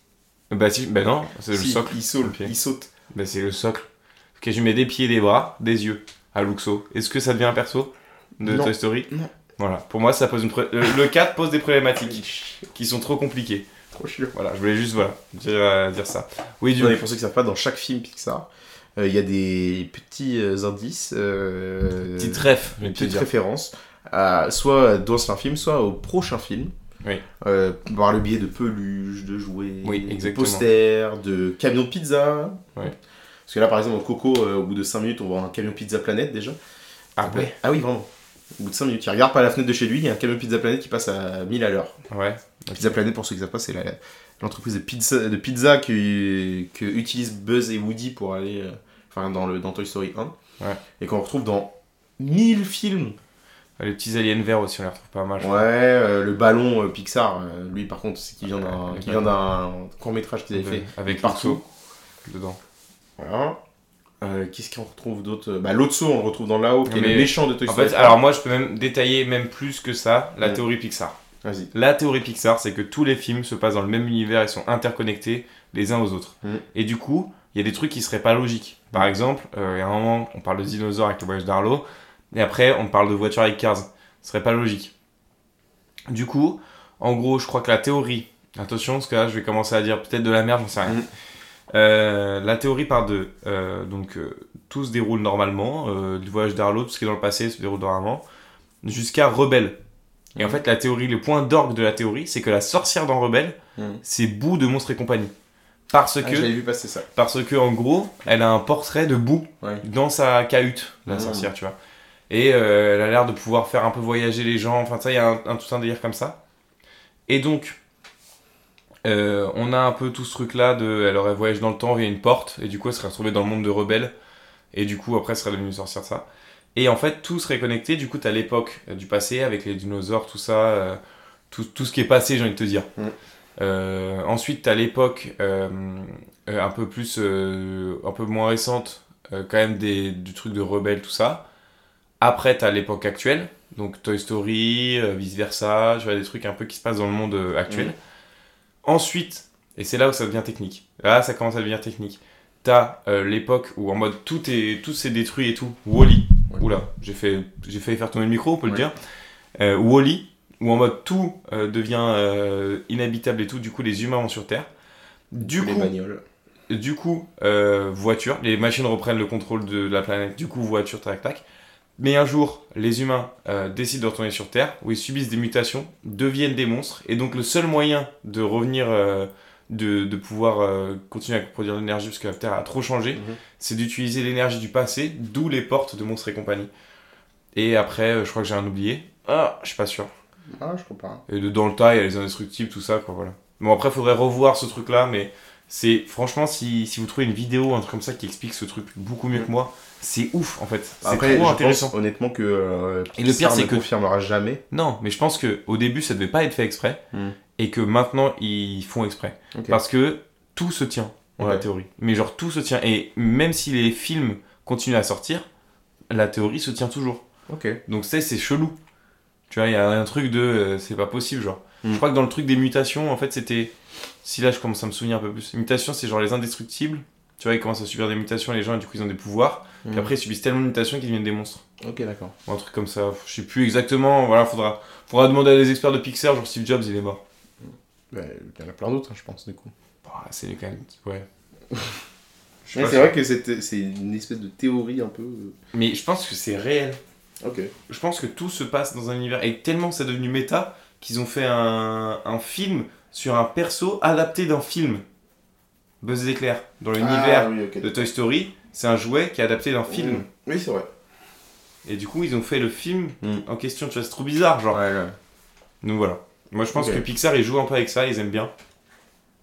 C: Bah si, bah non, c'est le
D: Si,
C: socle.
D: Il saute.
C: Le pied.
D: Il saute.
C: Bah c'est le socle. Ok, je mets des pieds, des bras, des yeux à Luxo. Est-ce que ça devient un perso de
D: Non.
C: Toy Story
D: Non.
C: Voilà, pour moi ça pose une pro- euh, le 4 pose des problématiques qui sont trop compliquées.
D: Trop chiant.
C: Voilà, je voulais juste voilà dire, euh, dire ça. Oui, du
D: Non, mais pour ceux qui savent pas, dans chaque film Pixar, euh, il y a des petits euh, indices, euh,
C: petit trèfle, je vais
D: des
C: te
D: petites
C: dire.
D: références, à, soit d'anciens films, soit au prochain film.
C: Oui.
D: Euh, par le biais de peluches, de jouets,
C: Oui,
D: de
C: exactement.
D: posters, de camions de pizza.
C: Ouais.
D: Parce que là, par exemple, au Coco, euh, au bout de 5 minutes, on voit un camion Pizza Planète déjà.
C: Ah ouais.
D: Ah oui, vraiment. Au bout de 5 minutes, il regarde par la fenêtre de chez lui, il y a un camion Pizza Planète qui passe à 1000 à l'heure.
C: Ouais.
D: Pizza Planet, pour ceux qui ne savent pas, c'est la- l'entreprise de pizza, de pizza que, que utilisent Buzz et Woody pour aller euh, enfin, dans, le, dans Toy Story 1.
C: Ouais.
D: Et qu'on retrouve dans 1000 films.
C: Les petits aliens verts aussi, on les retrouve pas mal. je
D: Ouais, euh, le ballon euh, Pixar, euh, lui par contre, c'est qui vient d'un
C: Ouais,
D: qui vient d'un court-métrage qu'ils
C: trouve.
D: avaient fait.
C: Ouais, Euh, avec
D: partout.
C: Luxo dedans.
D: Voilà. Euh, Qu'est-ce qu'on retrouve d'autre Bah, l'autre saut, on le retrouve dans là-haut, qui est
C: Mais-
D: le méchant de Toy
C: En
D: Story.
C: fait, alors moi je peux même détailler même plus que ça la
D: Ouais.
C: théorie Pixar.
D: Vas-y.
C: La théorie Pixar, c'est que tous les films se passent dans le même univers et sont interconnectés les uns aux autres.
D: Mm.
C: Et du coup, il y a des trucs qui seraient pas logiques. Par exemple, euh, il y a un moment, on parle de dinosaures avec le voyage d'Arlo, et après, on parle de voiture avec Cars. Ce serait pas logique. Du coup, en gros, je crois que la théorie, attention, parce que là, je vais commencer à dire peut-être de la merde, j'en sais rien.
D: Mm.
C: Euh, la théorie part de euh, donc euh, tout se déroule normalement, euh, le voyage d'Arlo, tout ce qui est dans le passé se déroule normalement, jusqu'à Rebelle. Et en
D: Mm.
C: fait, la théorie, le point d'orgue de la théorie, c'est que la sorcière dans Rebelle,
D: Mhm.
C: c'est Boo de Monstres et compagnie. Parce
D: Ah,
C: que,
D: J'avais vu passer ça.
C: parce que, en gros, elle a un portrait de Boo
D: Ouais.
C: dans sa cahute, la
D: Mhm.
C: sorcière, tu vois. Et euh, elle a l'air de pouvoir faire un peu voyager les gens, enfin, ça, il y a un, un- tout un délire comme ça. Et donc, euh, on a un peu tout ce truc-là de. Elle aurait voyagé dans le temps via une porte, et du coup, elle serait retrouvée dans le monde de Rebelle. Et du coup, après, elle serait devenue une sorcière, ça. Et en fait, tout serait connecté. Du coup, t'as l'époque euh, du passé avec les dinosaures, tout ça, euh, tout, tout ce qui est passé, j'ai envie de te dire.
D: Mm.
C: Euh, ensuite, t'as l'époque euh, euh, un peu plus, euh, un peu moins récente, euh, quand même des, du truc de rebelle, tout ça. Après, t'as l'époque actuelle, donc Toy Story, euh, vice versa, tu vois des trucs un peu qui se passent dans le monde euh, actuel. Ensuite, et c'est là où ça devient technique. Là, ça commence à devenir technique. T'as euh, l'époque où en mode tout est, tout s'est détruit et tout. Wally.
D: Ouais.
C: Oula, j'ai fait, j'ai failli faire tourner le micro, on peut le
D: Ouais.
C: dire. Euh, Wally, où en mode tout euh, devient euh, inhabitable et tout. Du coup, les humains vont sur Terre. Du
D: les
C: coup,
D: bagnoles.
C: du coup, euh, voiture, les machines reprennent le contrôle de la planète, du coup, voiture, tac, tac. Mais un jour, les humains euh, décident de retourner sur Terre, où ils subissent des mutations, deviennent des monstres, et donc le seul moyen de revenir, euh, de, de pouvoir euh, continuer à produire de l'énergie, parce que la Terre a trop changé,
D: Mhm.
C: c'est d'utiliser l'énergie du passé, d'où les portes de Monstres et compagnie. Et après, euh, je crois que j'ai un oublié. Ah, je suis pas sûr.
D: Ah, je crois pas.
C: Et de dans le tas, il y a les indestructibles, tout ça, quoi, voilà. Bon, après, faudrait revoir ce truc-là, mais c'est, franchement, si, si vous trouvez une vidéo, un truc comme ça, qui explique ce truc beaucoup mieux que moi, c'est ouf, en fait. C'est
D: Après,
C: trop
D: je
C: intéressant.
D: pense honnêtement que. euh,
C: Et le pire,
D: Pixar
C: c'est
D: ne
C: que-
D: confirmera jamais.
C: Non, mais je pense que au début, ça devait pas être fait exprès,
D: Mm.
C: et que maintenant, ils font exprès.
D: Ok.
C: Parce que tout se tient, en la
D: Ouais.
C: théorie. Mais genre, tout se tient. Et même si les films continuent à sortir, la théorie se tient toujours.
D: Ok.
C: Donc ça, c'est chelou. Tu vois, il y a un truc de euh, c'est pas possible, genre.
D: Mm.
C: Je crois que dans le truc des mutations, en fait, c'était. Si là, je commence à me souvenir un peu plus. Les mutations, c'est genre les indestructibles. Tu vois, ils commencent à subir des mutations, les gens, et du coup, ils ont des pouvoirs.
D: Mm.
C: Puis après, ils subissent tellement de mutations qu'ils deviennent des monstres.
D: Ok, d'accord.
C: Ou un truc comme ça. Je sais plus exactement. Voilà, faudra, faudra demander à des experts de Pixar, genre Steve Jobs, il est mort.
D: Ouais, Il y en a plein d'autres, hein, je pense, du coup.
C: Bah, c'est quand même. Ouais. Je sais
D: Mais
C: pas
D: c'est
C: si-
D: vrai que c'était- c'est une espèce de théorie un peu. euh,
C: Mais je pense que c'est réel.
D: Ok.
C: je pense que tout se passe dans un univers et tellement c'est devenu méta qu'ils ont fait un, un film sur un perso adapté d'un film. Buzz l'éclair dans l'univers
D: Ah oui, ok.
C: de Toy Story, c'est un jouet qui est adapté d'un film.
D: Mm. Oui, c'est vrai.
C: Et du coup, ils ont fait le film
D: Mm.
C: en question. Tu vois, c'est trop bizarre, genre. Donc voilà. Moi, je pense
D: Ok.
C: que Pixar ils jouent un peu avec ça, ils aiment bien.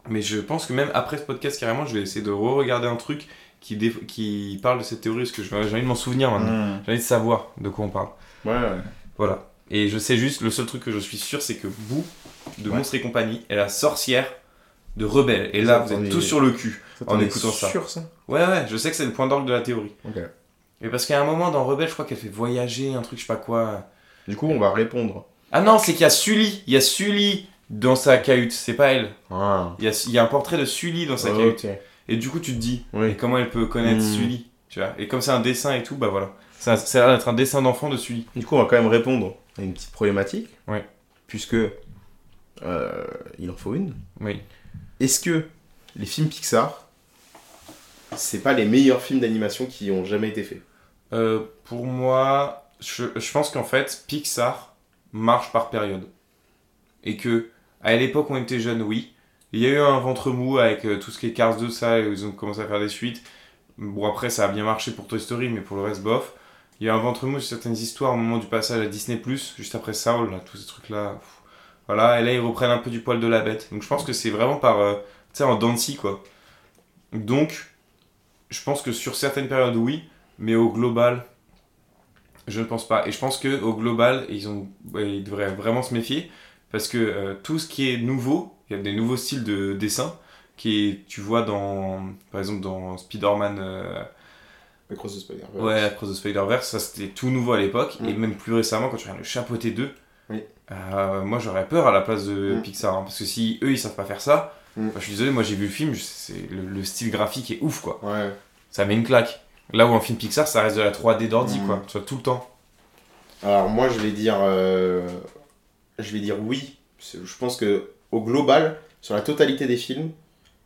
C: Mais je pense que même après ce podcast, carrément, je vais essayer de re-regarder un truc qui, dé- qui parle de cette théorie parce que je- j'ai envie de m'en souvenir maintenant.
D: Mm.
C: J'ai envie de savoir de quoi on parle.
D: Ouais, ouais.
C: Voilà. Et je sais juste, le seul truc que je suis sûr, c'est que vous, de
D: Ouais.
C: Monstres et compagnie, est la sorcière de Rebelle. Et là, vous
D: Attendez.
C: êtes tous sur le cul.
D: T'en
C: En
D: es
C: écoutant ça.
D: sûr, ça.
C: Ouais, ouais, je sais que c'est le point d'orgue de la théorie.
D: Ok.
C: Mais parce qu'à un moment, dans Rebelle, je crois qu'elle fait voyager, un truc, je sais pas quoi.
D: Du coup, on va répondre.
C: Ah non, c'est qu'il y a Sully. Il y a Sully dans sa cahute, c'est pas elle.
D: Ah.
C: Il y, a, il y a un portrait de Sully dans sa cahute.
D: Ok.
C: Et du coup, tu te dis,
D: Oui.
C: mais comment elle peut connaître
D: Hmm.
C: Sully Tu vois Et comme c'est un dessin et tout, bah voilà. Ça, ça a l'air d'être un dessin d'enfant de Sully.
D: Du coup, on va quand même répondre à une petite problématique.
C: Ouais.
D: Puisque euh, il en faut une.
C: Oui.
D: Est-ce que les films Pixar, c'est pas les meilleurs films d'animation qui ont jamais été faits
C: Euh, pour moi, je, je pense qu'en fait, Pixar marche par période. Et que, à l'époque où on était jeune, oui. Il y a eu un ventre mou avec euh, tout ce qui est Cars 2, ça, et ils ont commencé à faire des suites. Bon, après, ça a bien marché pour Toy Story, mais pour le reste, bof. Il y a eu un ventre mou sur certaines histoires au moment du passage à Disney, juste après Saul, là, tous ces trucs-là. pff. Voilà, et là, ils reprennent un peu du poil de la bête. Donc, je pense que c'est vraiment par. euh, tu sais, en dents de scie, quoi. Donc, je pense que sur certaines périodes, oui, mais au global, je ne pense pas. Et je pense que au global, ils, ont, ouais, ils devraient vraiment se méfier parce que euh, tout ce qui est nouveau, il y a des nouveaux styles de dessin qui est- tu vois dans par exemple dans Spider-Man euh,
D: Across the Spider-Verse.
C: ouais Across the Spider-Verse, ça c'était tout nouveau à l'époque
D: Mm.
C: et même plus récemment quand tu regardes le Chapeauté 2.
D: Oui.
C: euh, moi j'aurais peur à la place de
D: Mm.
C: Pixar hein, parce que si eux ils savent pas faire ça,
D: Mm.
C: enfin, je suis désolé, moi j'ai vu le film, je- c'est le, le style graphique est ouf quoi
D: Ouais.
C: ça met une claque. Là où un film Pixar, ça reste de la 3D d'ordi,
D: Mm.
C: quoi. Tu vois, tout le temps.
D: Alors moi, je vais dire, euh, je vais dire oui. C'est- Je pense que au global, sur la totalité des films,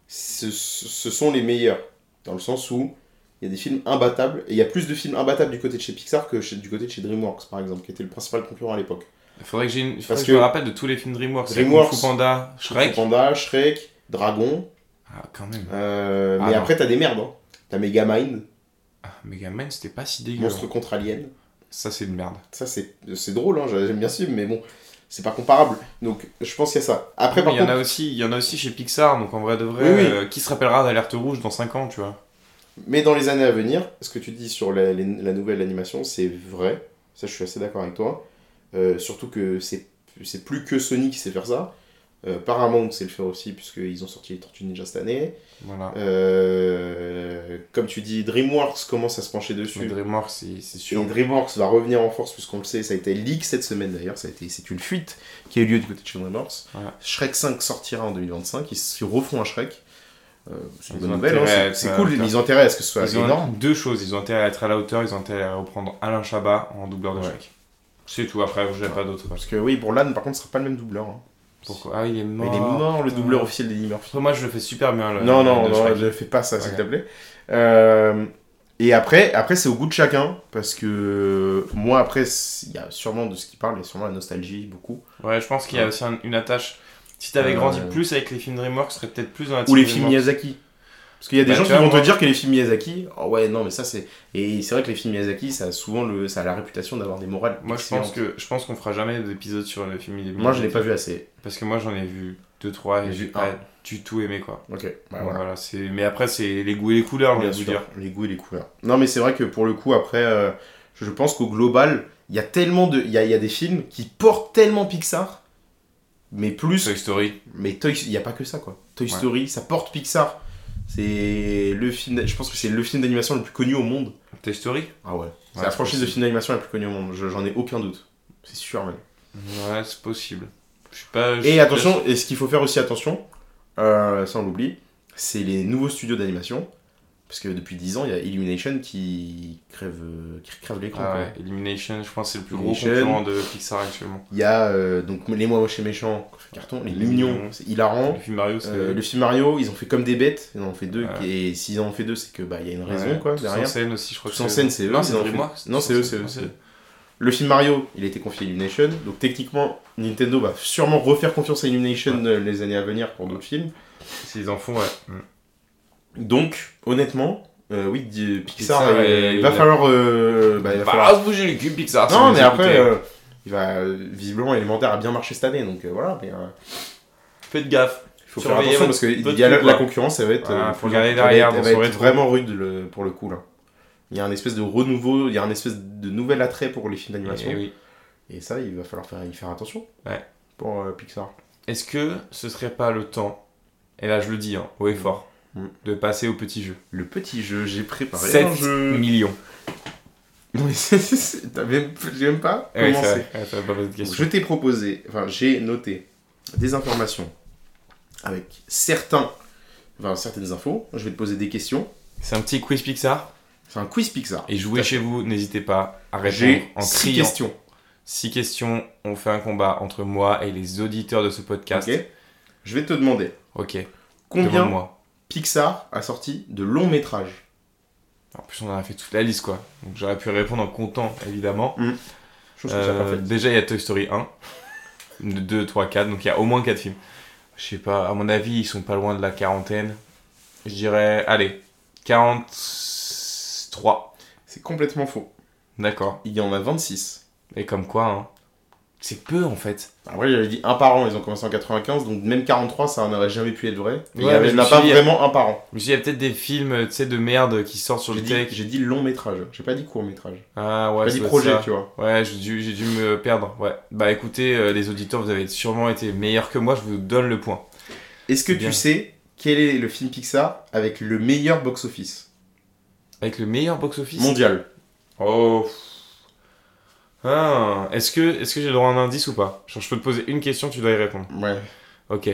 D: ce, ce sont les meilleurs, dans le sens où il y a des films imbattables et il y a plus de films imbattables du côté de chez Pixar que chez- du côté de chez DreamWorks, par exemple, qui était le principal concurrent à l'époque.
C: Faudrait que, j'ai une... faudrait
D: Parce
C: que je me
D: que-
C: rappelle de tous les films DreamWorks. Il y a
D: DreamWorks,
C: Kung Fu Panda, Shrek.
D: Panda, Shrek, Dragon.
C: Ah, quand même.
D: euh,
C: Ah
D: mais
C: non.
D: après, t'as des merdes. Hein. T'as Megamind,
C: Ah, Megaman, c'était pas si dégueu.
D: Monstre contre Alien.
C: Ça, c'est une merde.
D: Ça, c'est c'est drôle, hein, j'aime bien ce film, mais bon, c'est pas comparable. Donc, je pense qu'il y a ça. Après,
C: Mais
D: par
C: il, y
D: contre,
C: en a aussi, il y en a aussi chez Pixar, donc en vrai de vrai,
D: Oui, oui.
C: euh, qui se rappellera d'Alerte Rouge dans 5 ans, tu vois
D: Mais dans les années à venir, ce que tu dis sur la, les- la nouvelle animation, c'est vrai. Ça, je suis assez d'accord avec toi. Euh, surtout que c'est c'est plus que Sony qui sait faire ça. Euh, Paramount sait le faire aussi, puisqu'ils ont sorti les Tortues Ninja cette année.
C: Voilà.
D: Euh, comme tu dis, DreamWorks commence à se pencher
C: Mais
D: dessus.
C: DreamWorks, c'est c'est sûr.
D: Et DreamWorks va revenir en force, puisqu'on le sait, ça a été leak cette semaine d'ailleurs, ça a été, c'est une fuite qui a eu lieu du côté de chez DreamWorks.
C: Voilà.
D: Shrek 5 sortira en 2025, ils, ils refont un Shrek. Euh, c'est une
C: Ils
D: bonne
C: ont
D: nouvelle, hein,
C: intérêt à
D: c'est-
C: être
D: c'est
C: à la
D: cool,
C: hauteur.
D: ils ont intérêt à ce que ce soit
C: Ils ont
D: énorme.
C: deux choses. Ils ont intérêt à être à la hauteur, ils ont intérêt à reprendre Alain Chabat en doubleur de
D: Ouais.
C: Shrek. C'est tout, après, j'ai
D: Ouais.
C: pas d'autre.
D: Parce que oui, pour Lan, par contre, ce sera pas le même doubleur. hein.
C: Pourquoi Ah, il est
D: Mais
C: mort.
D: il est mort, le doubleur
C: putain.
D: officiel d'Eddie Murphy.
C: Après, moi, je le fais super bien. Le,
D: non, non,
C: le
D: non,
C: Ah. Shrek.
D: ne fais pas ça, s'il
C: Ok.
D: te plaît. Euh, et après, après c'est au goût de chacun, parce que euh, moi, après, c'est- il y a sûrement de ce qui parle, il y a sûrement la nostalgie, beaucoup.
C: Ouais, je pense qu'il y a aussi un- une attache. Si t'avais
D: Euh,
C: grandi plus avec les films DreamWorks, tu serais peut-être plus dans la
D: Ou
C: team
D: les films
C: DreamWorks.
D: Miyazaki. Parce qu'il y a des
C: Ah, Bah,
D: gens
C: tu
D: qui
C: vois,
D: vont
C: moi-
D: te dire que les films Miyazaki, oh ouais, non, mais ça, c'est. Et c'est vrai que les films Miyazaki, ça a souvent le... ça a la réputation d'avoir des morales.
C: Moi, je pense
D: excellentes.
C: que je pense qu'on fera jamais d'épisode sur le film. Des
D: Moi, je l'ai pas vu assez.
C: Parce que moi, j'en ai vu deux, trois et
D: J'ai
C: j'ai
D: vu
C: pas
D: un.
C: du tout aimé quoi.
D: Ok, bah,
C: Donc,
D: voilà.
C: voilà, c'est. Mais après, c'est les goûts et les couleurs, je
D: Ah, Bien
C: vais vous
D: sûr,
C: dire.
D: Les goûts et les couleurs. Non, mais c'est vrai que pour le coup, après, euh, je pense qu'au global, il y a tellement de. Il y a, il y a des films qui portent tellement Pixar, mais plus.
C: Toy Story.
D: Mais Toy- il n'y a pas que ça, quoi. Toy
C: Ouais.
D: Story, ça porte Pixar. C'est le film. d'a- Je pense que c'est le film d'animation le plus connu au monde.
C: Toy Story.
D: Ah ouais. C'est
C: Ouais,
D: la
C: c'est
D: franchise de
C: possible.
D: film d'animation la plus connue au monde. Je- J'en ai aucun doute. C'est sûr, même.
C: Ouais, c'est possible. Je suis pas. je suis
D: Et
C: pas-
D: attention, et ce qu'il faut faire aussi attention, euh, ça on l'oublie, c'est les nouveaux studios d'animation. Parce que depuis 10 ans, il y a Illumination qui crève, euh, qui crève l'écran.
C: Ah
D: quoi.
C: ouais, Elimination, je pense que c'est le plus gros
D: Elimination.
C: concurrent de Pixar actuellement.
D: Il y a euh, donc Les Mois Moches et Méchants, qui ont fait carton, Les
C: Les
D: Mignons,
C: Mignons.
D: c'est hilarant.
C: Le film Mario, c'est.
D: Euh, le film Mario, ils ont fait comme des bêtes, ils en ont fait deux.
C: Ouais.
D: Et s'ils en ont fait deux, c'est que bah, il y a une raison
C: Ouais,
D: quoi,
C: Tous en
D: derrière.
C: scène aussi, je crois.
D: Tous
C: que
D: en scène, c'est eux.
C: Non,
D: ils
C: c'est
D: en ont fait-
C: DreamWorks.
D: Non, c'est eux, c'est eux. c'est eux. Le film Mario, il a été confié à Illumination. Donc techniquement, Nintendo va sûrement refaire confiance à Illumination euh, les années à venir pour d'autres films.
C: S'ils en font, ouais. Mm.
D: Donc, honnêtement, euh, oui, di- Pixar,
C: Pixar,
D: euh,
C: euh,
D: il va
C: il a-
D: falloir. euh, bah, il va
C: Bah,
D: falloir-
C: se bouger les cubes, Pixar. si
D: Non,
C: vous
D: mais après,
C: écoutez.
D: euh, il va euh, visiblement élémentaire a bien marché cette année, donc euh, voilà. Mais euh,
C: Faites gaffe.
D: il faut faire
C: Surveillez
D: attention
C: votre-
D: parce que il
C: votre
D: y a la,
C: cul,
D: la
C: quoi.
D: concurrence, ça va être.
C: Voilà,
D: euh,
C: faut
D: plus-
C: regarder
D: ça va
C: derrière
D: être-
C: dans
D: ça
C: son
D: va être
C: rétro.
D: vraiment rude le- pour le coup là. Il y a un espèce de renouveau, il y a un espèce de nouvel attrait pour les films d'animation.
C: Eh
D: Et,
C: oui.
D: ça, il va falloir faire, y faire attention.
C: Ouais.
D: Pour euh, Pixar.
C: Est-ce que ce serait pas le temps, et là je le dis, hein, haut et fort,
D: Mm.
C: de passer au petit jeu
D: Le petit jeu, j'ai préparé.
C: 7
D: un jeu.
C: millions.
D: [LAUGHS] Non, mais c'est- c'est- c'est- t'as même- J'ai même pas
C: Eh oui, c'est
D: commencé.
C: vrai. Ouais, ça va pas poser de
D: Donc,
C: question.
D: je t'ai proposé, enfin j'ai noté des informations avec certains, enfin certaines infos. Je vais te poser des questions.
C: C'est un petit quiz Pixar,
D: C'est un quiz Pixar.
C: et jouez chez vous, n'hésitez pas à répondre
D: J'ai
C: en
D: six
C: criant.
D: questions.
C: 6 questions, on fait un combat entre moi et les auditeurs de ce podcast.
D: Ok. Je vais te demander
C: Ok,
D: combien
C: moi
D: Pixar a sorti de longs métrages.
C: En plus, on en a fait toute la liste, quoi. Donc j'aurais pu répondre en comptant, évidemment.
D: Je pense que ça
C: Euh,
D: parfait.
C: déjà, il y a Toy Story 1, 2, 3, 4, donc il y a au moins 4 films. Je sais pas, à mon avis, ils sont pas loin de la quarantaine. Je dirais, allez, 43.
D: C'est complètement faux.
C: D'accord.
D: Il y en a 26.
C: Et comme quoi, hein. C'est peu en fait.
D: Après j'avais dit un par an. Ils ont commencé en 95, donc même 43 ça n'aurait jamais pu être vrai. Il n'y
C: Ouais, mais je
D: en
C: me
D: a
C: suis
D: pas
C: dit-
D: vraiment un par an.
C: Je me suis dit, il y a peut-être des films, tu sais, de merde qui sortent sur
D: J'ai
C: le
D: dit,
C: tech.
D: j'ai dit long métrage. J'ai pas dit court métrage.
C: Ah
D: J'ai
C: ouais,
D: pas
C: ça
D: dit
C: doit être
D: projet,
C: ça.
D: tu vois.
C: Ouais, j'ai dû, j'ai dû me perdre. Ouais. Bah écoutez, euh, les auditeurs, vous avez sûrement été meilleurs que moi, je vous donne le point.
D: Est-ce que
C: Bien.
D: tu sais quel est le film Pixar avec le meilleur box-office
C: Avec le meilleur box-office.
D: mondial
C: Oh. Ah, est-ce que, est-ce que j'ai le droit à un indice ou pas Genre, je peux te poser une question, tu dois y répondre.
D: Ouais.
C: Ok.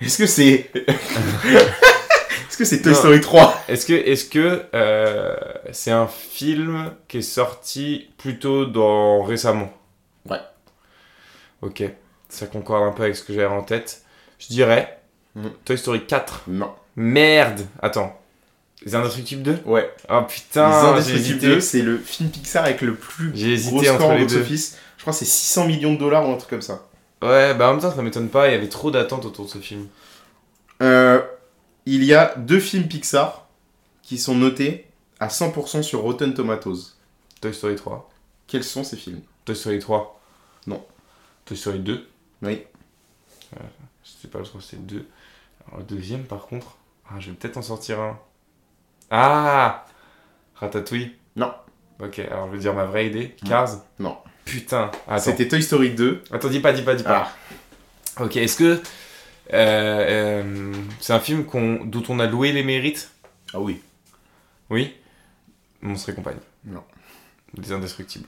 D: Est-ce que c'est. [LAUGHS] Est-ce que c'est Toy
C: Non.
D: Story 3
C: Est-ce que, est-ce que euh, c'est un film qui est sorti plutôt dans récemment
D: Ouais.
C: Ok. Ça concorde un peu avec ce que j'avais en tête. Je dirais
D: Mhm.
C: Toy Story 4.
D: Non.
C: Merde. Attends. Les Indestructibles 2
D: Ouais.
C: Oh
D: Les
C: putain, j'ai
D: Indestructibles
C: hésité.
D: 2, c'est le film Pixar avec le plus
C: J'ai
D: gros
C: hésité
D: score
C: entre
D: au
C: les deux.
D: box-office. Je crois que c'est 600 millions de dollars ou un truc comme ça.
C: Ouais, bah en même temps, ça m'étonne pas. Il y avait trop d'attentes autour de ce film.
D: Euh, il y a deux films Pixar qui sont notés à 100% sur Rotten Tomatoes.
C: Toy Story 3.
D: Quels sont ces films
C: Toy Story 3
D: Non.
C: Toy Story 2
D: Oui.
C: Euh, C'était pas le 3, c'était le 2. Alors, le deuxième, par contre. Ah, je vais peut-être en sortir un. Ah Ratatouille
D: Non.
C: Ok, alors je vais dire ma vraie idée. Cars
D: Non.
C: Putain. Attends. Ah.
D: C'était Toy Story 2. Ah.
C: Attends, dis pas, dis pas, dis pas. Ok, est-ce que Euh, euh, c'est un film qu'on, dont on a loué les mérites.
D: Ah oui.
C: Oui. Monstre et compagnie.
D: Non.
C: Les indestructibles.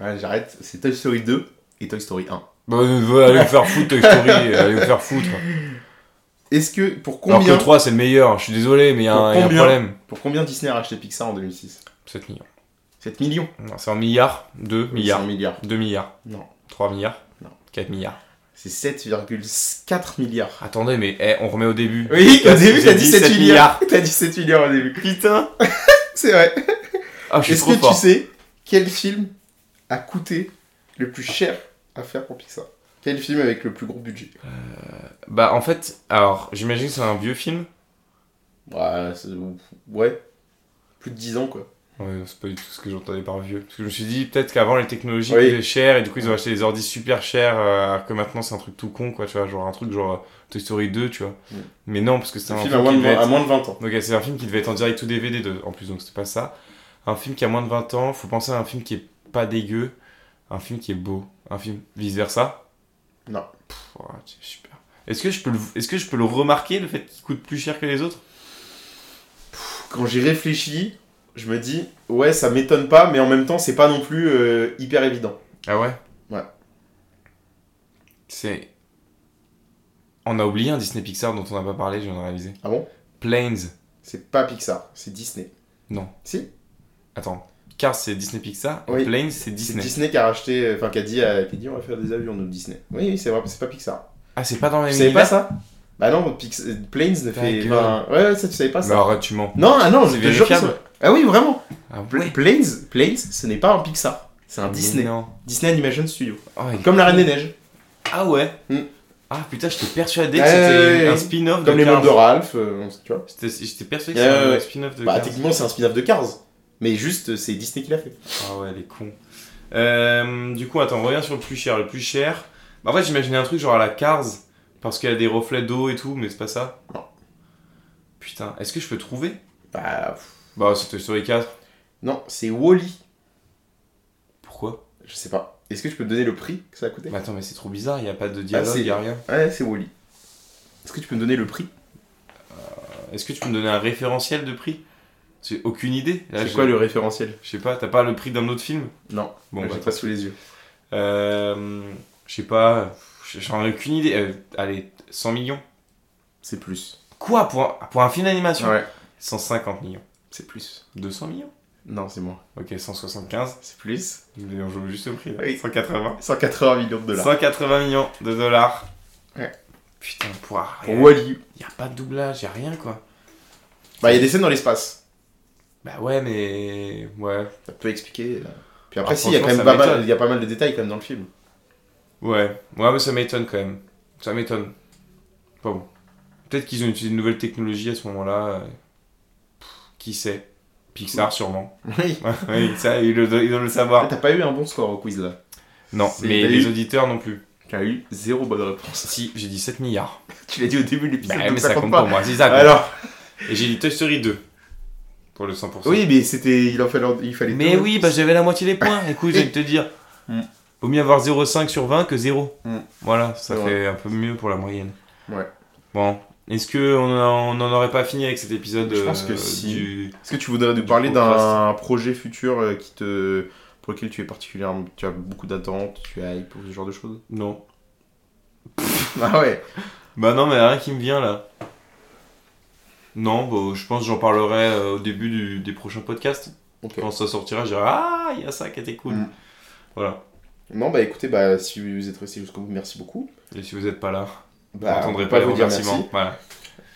D: Ouais, j'arrête. C'est Toy Story 2 et Toy Story 1.
C: Bon, euh, allez vous faire foutre, Toy Story, allez vous faire foutre.
D: Est-ce que pour
C: Alors
D: combien
C: que 3, c'est le meilleur, je suis désolé, mais il y a
D: Pour
C: un, il y a un
D: combien
C: problème.
D: pour combien Disney a racheté Pixar en 2006
C: 7 millions.
D: 7 millions.
C: Non, c'est en milliards, 2 milliards,
D: C'est un milliard.
C: 2 milliards,
D: Non.
C: 3 milliards,
D: Non.
C: 4 milliards.
D: C'est 7,4 milliards. [LAUGHS]
C: Attendez, mais eh, on remet au début.
D: Oui, au
C: Parce que
D: début,
C: j'ai
D: t'as
C: dit
D: 17
C: 7
D: milliards. T'as 17 milliards au début. Putain [LAUGHS] C'est vrai.
C: Ah, je suis
D: Est-ce
C: trop
D: que
C: fort.
D: tu sais quel film a coûté le plus cher à faire pour Pixar Quel film avec le plus gros budget
C: Bah, en fait, alors, j'imagine que c'est un vieux film.
D: Bah, c'est- ouais. Plus de 10 ans, quoi.
C: Ouais, non, c'est pas du tout ce que j'entendais par vieux. Parce que je me suis dit, peut-être qu'avant les technologies
D: Oui.
C: coûtaient cher et du coup ils ont acheté des ordi super chers, euh, alors que maintenant c'est un truc tout con, quoi, tu vois, genre un truc genre euh, Toy Story 2, tu vois.
D: Oui.
C: Mais non, parce que c'est
D: C'est un
C: un
D: Mm. film à
C: film
D: moins,
C: qui
D: de,
C: devait
D: vingt- à
C: être...
D: moins de 20 ans.
C: Donc c'est un film qui devait être en direct ou DVD de- en plus, donc c'était pas ça. Un film qui a moins de 20 ans, faut penser à un film qui est pas dégueu, un film qui est beau, un film vice versa.
D: Non.
C: Pff, ouais, c'est super. Est-ce que, je peux le... Est-ce que je peux le remarquer, le fait qu'il coûte plus cher que les autres
D: Quand j'y réfléchis, je me dis, ouais, ça m'étonne pas, mais en même temps, c'est pas non plus euh, hyper évident.
C: Ah ouais
D: Ouais.
C: C'est. On a oublié un Disney Pixar dont on n'a pas parlé, je viens de réaliser.
D: Ah bon
C: Planes.
D: C'est pas Pixar, c'est Disney.
C: Non.
D: Si
C: Attends. Cars, c'est Disney Pixar. et
D: Oui.
C: Planes, c'est
D: C'est
C: Disney.
D: Disney. qui a racheté, euh, enfin, qui a dit, à- qui a dit, on va faire des avions, nous, Disney. Oui, oui, c'est vrai, c'est pas Pixar.
C: Ah, c'est pas dans la
D: Tu
C: même
D: savais
C: univers
D: pas ça Bah non, Pix- euh, Planes ne
C: Ta
D: fait.
C: gueule.
D: enfin, ouais, ouais, ça, tu savais pas
C: Mais
D: ça.
C: arrête, tu mens.
D: Non, ah non,
C: Bah, C'est
D: je te jure que
C: vérifiable.
D: c'est- Ah oui, vraiment.
C: Ah,
D: Pla- Planes, Planes, ce n'est pas un Pixar. C'est un Disney.
C: Mais non.
D: Disney Animation Studio.
C: Oh, il-
D: Comme la Reine des Neiges.
C: Ah ouais
D: Mm.
C: Ah putain, j'étais persuadé que
D: Ouais,
C: c'était
D: ouais,
C: un
D: ouais.
C: spin-off de
D: Comme les
C: Cars.
D: mondes de Ralph, euh, tu vois.
C: J'étais j'étais persuadé que
D: Ouais,
C: c'était un
D: ouais, ouais.
C: spin-off de
D: Bah,
C: Cars.
D: techniquement, c'est un spin-off de Cars. Mais juste, euh, c'est Disney qui l'a fait.
C: Ah ouais, les cons. Euh, du coup, attends, reviens sur le plus cher. Le plus cher. Bah, en fait, j'imaginais un truc genre à la Cars, parce qu'elle a des reflets d'eau et tout, mais c'est pas ça.
D: Non.
C: Putain, est-ce que je peux trouver
D: Bah, pff,
C: Bah, c'était sur les 4.
D: non, c'est Wally.
C: Pourquoi
D: Je sais pas. Est-ce que je peux te donner le prix que ça a coûté
C: Mais attends, mais c'est trop bizarre, y a pas de dialogue,
D: Bah, c'est-
C: y a rien.
D: Ouais, c'est Wally. Est-ce que tu peux me donner le prix
C: Est-ce que tu peux me donner un référentiel de prix J'ai aucune idée. Là,
D: C'est
C: je-
D: quoi le référentiel
C: Je sais pas, t'as pas le prix d'un autre film
D: Non,
C: Bon,
D: bon,
C: bah,
D: j'ai pas sous les yeux.
C: Euh. Je sais pas, j'en ai aucune idée. Euh, allez, 100 millions
D: C'est plus.
C: Quoi Pour un, pour un film d'animation
D: Ouais,
C: 150 millions.
D: c'est plus.
C: 200 millions
D: Non, c'est moins.
C: Ok, 175.
D: C'est plus.
C: Mais on joue juste au prix là.
D: Oui.
C: 180.
D: 180 millions de dollars.
C: 180 millions de dollars.
D: Ouais.
C: Putain, pour
D: Pour
C: rien.
D: Wally.
C: Y a pas de doublage, y a rien quoi.
D: Bah, il y a des scènes dans l'espace.
C: Bah ouais, mais. Ouais.
D: Ça peut expliquer. là. Puis après,
C: Ah,
D: si, il y a quand
C: franchement,
D: même
C: ça
D: pas mal,
C: m'étonne.
D: il y a pas mal de détails quand même dans le film.
C: Ouais. Ouais, mais ça m'étonne quand même. Ça m'étonne. Pas bon. Peut-être qu'ils ont utilisé une nouvelle technologie à ce moment-là. euh, pff, Qui sait Pixar sûrement.
D: [LAUGHS]
C: [LAUGHS]
D: Oui.
C: oui, ça, ils, le, ils doivent le savoir.
D: T'as pas eu un bon score au quiz là.
C: Non,
D: C'est-
C: mais
D: t'as
C: les
D: eu-
C: auditeurs non plus.
D: T'as eu zéro bonne réponse. [LAUGHS]
C: Si, j'ai dit 7 milliards.
D: tu l'as dit au début de
C: Bah,
D: l'épisode,
C: mais
D: donc
C: ça compte
D: pas.
C: pour moi, c'est ça. quoi.
D: Alors,
C: Et j'ai dit Toy Story 2. Pour le 100%.
D: oui, mais c'était, il en fallait, il fallait.
C: Mais
D: deux.
C: oui, bah j'avais la moitié des points. Écoute, je vais te dire.
D: Mm.
C: Vaut mieux avoir 0,5 sur 20 que 0.
D: Mm.
C: Voilà, ça
D: C'est
C: fait
D: vrai.
C: un peu mieux pour la moyenne.
D: Ouais.
C: Bon, est-ce qu'on n'en aurait pas fini avec cet épisode
D: Je pense que
C: euh,
D: si.
C: du-
D: Est-ce que tu voudrais nous parler
C: coup,
D: d'un projet futur euh, qui te... pour lequel tu es particulièrement. Tu as beaucoup d'attentes, tu as hype pour ce genre de choses
C: Non.
D: Ah ouais
C: Bah non, mais y a rien qui me vient là. Non, bah, je pense que j'en parlerai euh, au début du- des prochains podcasts.
D: Ok.
C: Quand ça sortira, je dirai Ah, il y a ça qui était cool.
D: Mm.
C: Voilà.
D: Non, bah écoutez, bah, si vous êtes resté jusqu'au bout, merci beaucoup.
C: Et si vous n'êtes pas là, vous
D: Bah,
C: n'entendrez
D: on
C: pas
D: peut
C: les
D: vous dire
C: remerciements.
D: merci.
C: Voilà.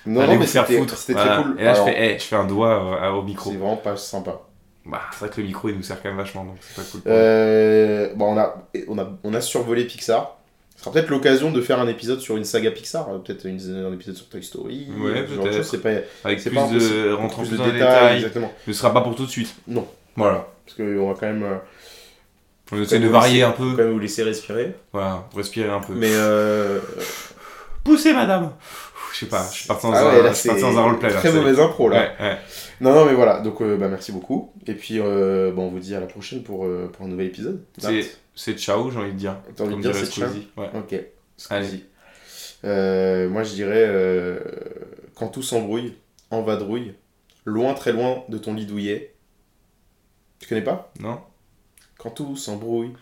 D: Non,
C: Allez
D: non, mais
C: vous faire
D: c'était-
C: foutre.
D: C'était
C: Voilà.
D: très cool.
C: Et là, je
D: Alors,
C: fais, eh, je fais un doigt euh, au micro.
D: C'est vraiment pas sympa.
C: Bah, c'est vrai que le micro il nous sert quand même vachement donc c'est pas cool.
D: Euh, bon, on a, on, a, on a survolé Pixar. Ce sera peut-être l'occasion de faire un épisode sur une saga Pixar, euh, peut-être une- un épisode sur Toy Story.
C: Ouais,
D: ce genre de
C: peut-être.
D: choses. C'est pas,
C: Avec
D: c'est
C: plus
D: pas
C: de
D: impossible.
C: rentrant
D: Plus
C: plus
D: de
C: dans les
D: détails,
C: détails,
D: Exactement.
C: ne sera pas pour tout de suite.
D: Non.
C: Voilà.
D: Parce qu'on va quand même, euh,
C: On essaie
D: Comme
C: de
D: on
C: varier
D: sait.
C: un peu.
D: quand même vous laisser respirer.
C: Voilà, respirer un peu.
D: Mais euh,
C: Poussez madame Je sais pas, je suis parti dans
D: Ah
C: un,
D: ouais, là,
C: je suis parti dans
D: c'est
C: un roleplay là.
D: Très
C: ça y est.
D: mauvaise impro là.
C: Ouais, ouais.
D: Non, non, mais voilà. Donc, euh, bah, merci beaucoup. Et puis, euh, bah, on vous dit à la prochaine pour, euh, pour un nouvel épisode.
C: C'est- C'est ciao, j'ai envie de dire.
D: T'as envie de
C: Comme
D: dire
C: dirait
D: c'est ciao
C: Squeezie. Ouais.
D: Ok.
C: Allez.
D: Squeezie. Euh, moi, je dirais euh, quand tout s'embrouille, en vadrouille, loin, très loin de ton lit douillet. Tu connais pas
C: Non
D: Quand tout s'embrouille,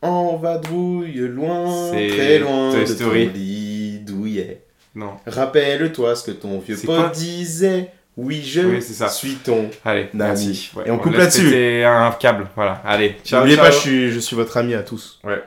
D: en vadrouille, loin,
C: C'est
D: très loin
C: Toy
D: de
C: Story.
D: ton lit douillet.
C: Non.
D: Rappelle-toi ce que ton vieux
C: C'est quoi
D: pote disait. Oui, je
C: Oui, c'est ça.
D: suis ton.
C: Allez,
D: Nami.
C: merci. Ouais,
D: Et on coupe
C: laisse
D: là-dessus.
C: péter un câble, voilà. Allez, ciao.
D: N'oubliez
C: ciao.
D: pas, je suis, je suis votre ami à tous.
C: Ouais.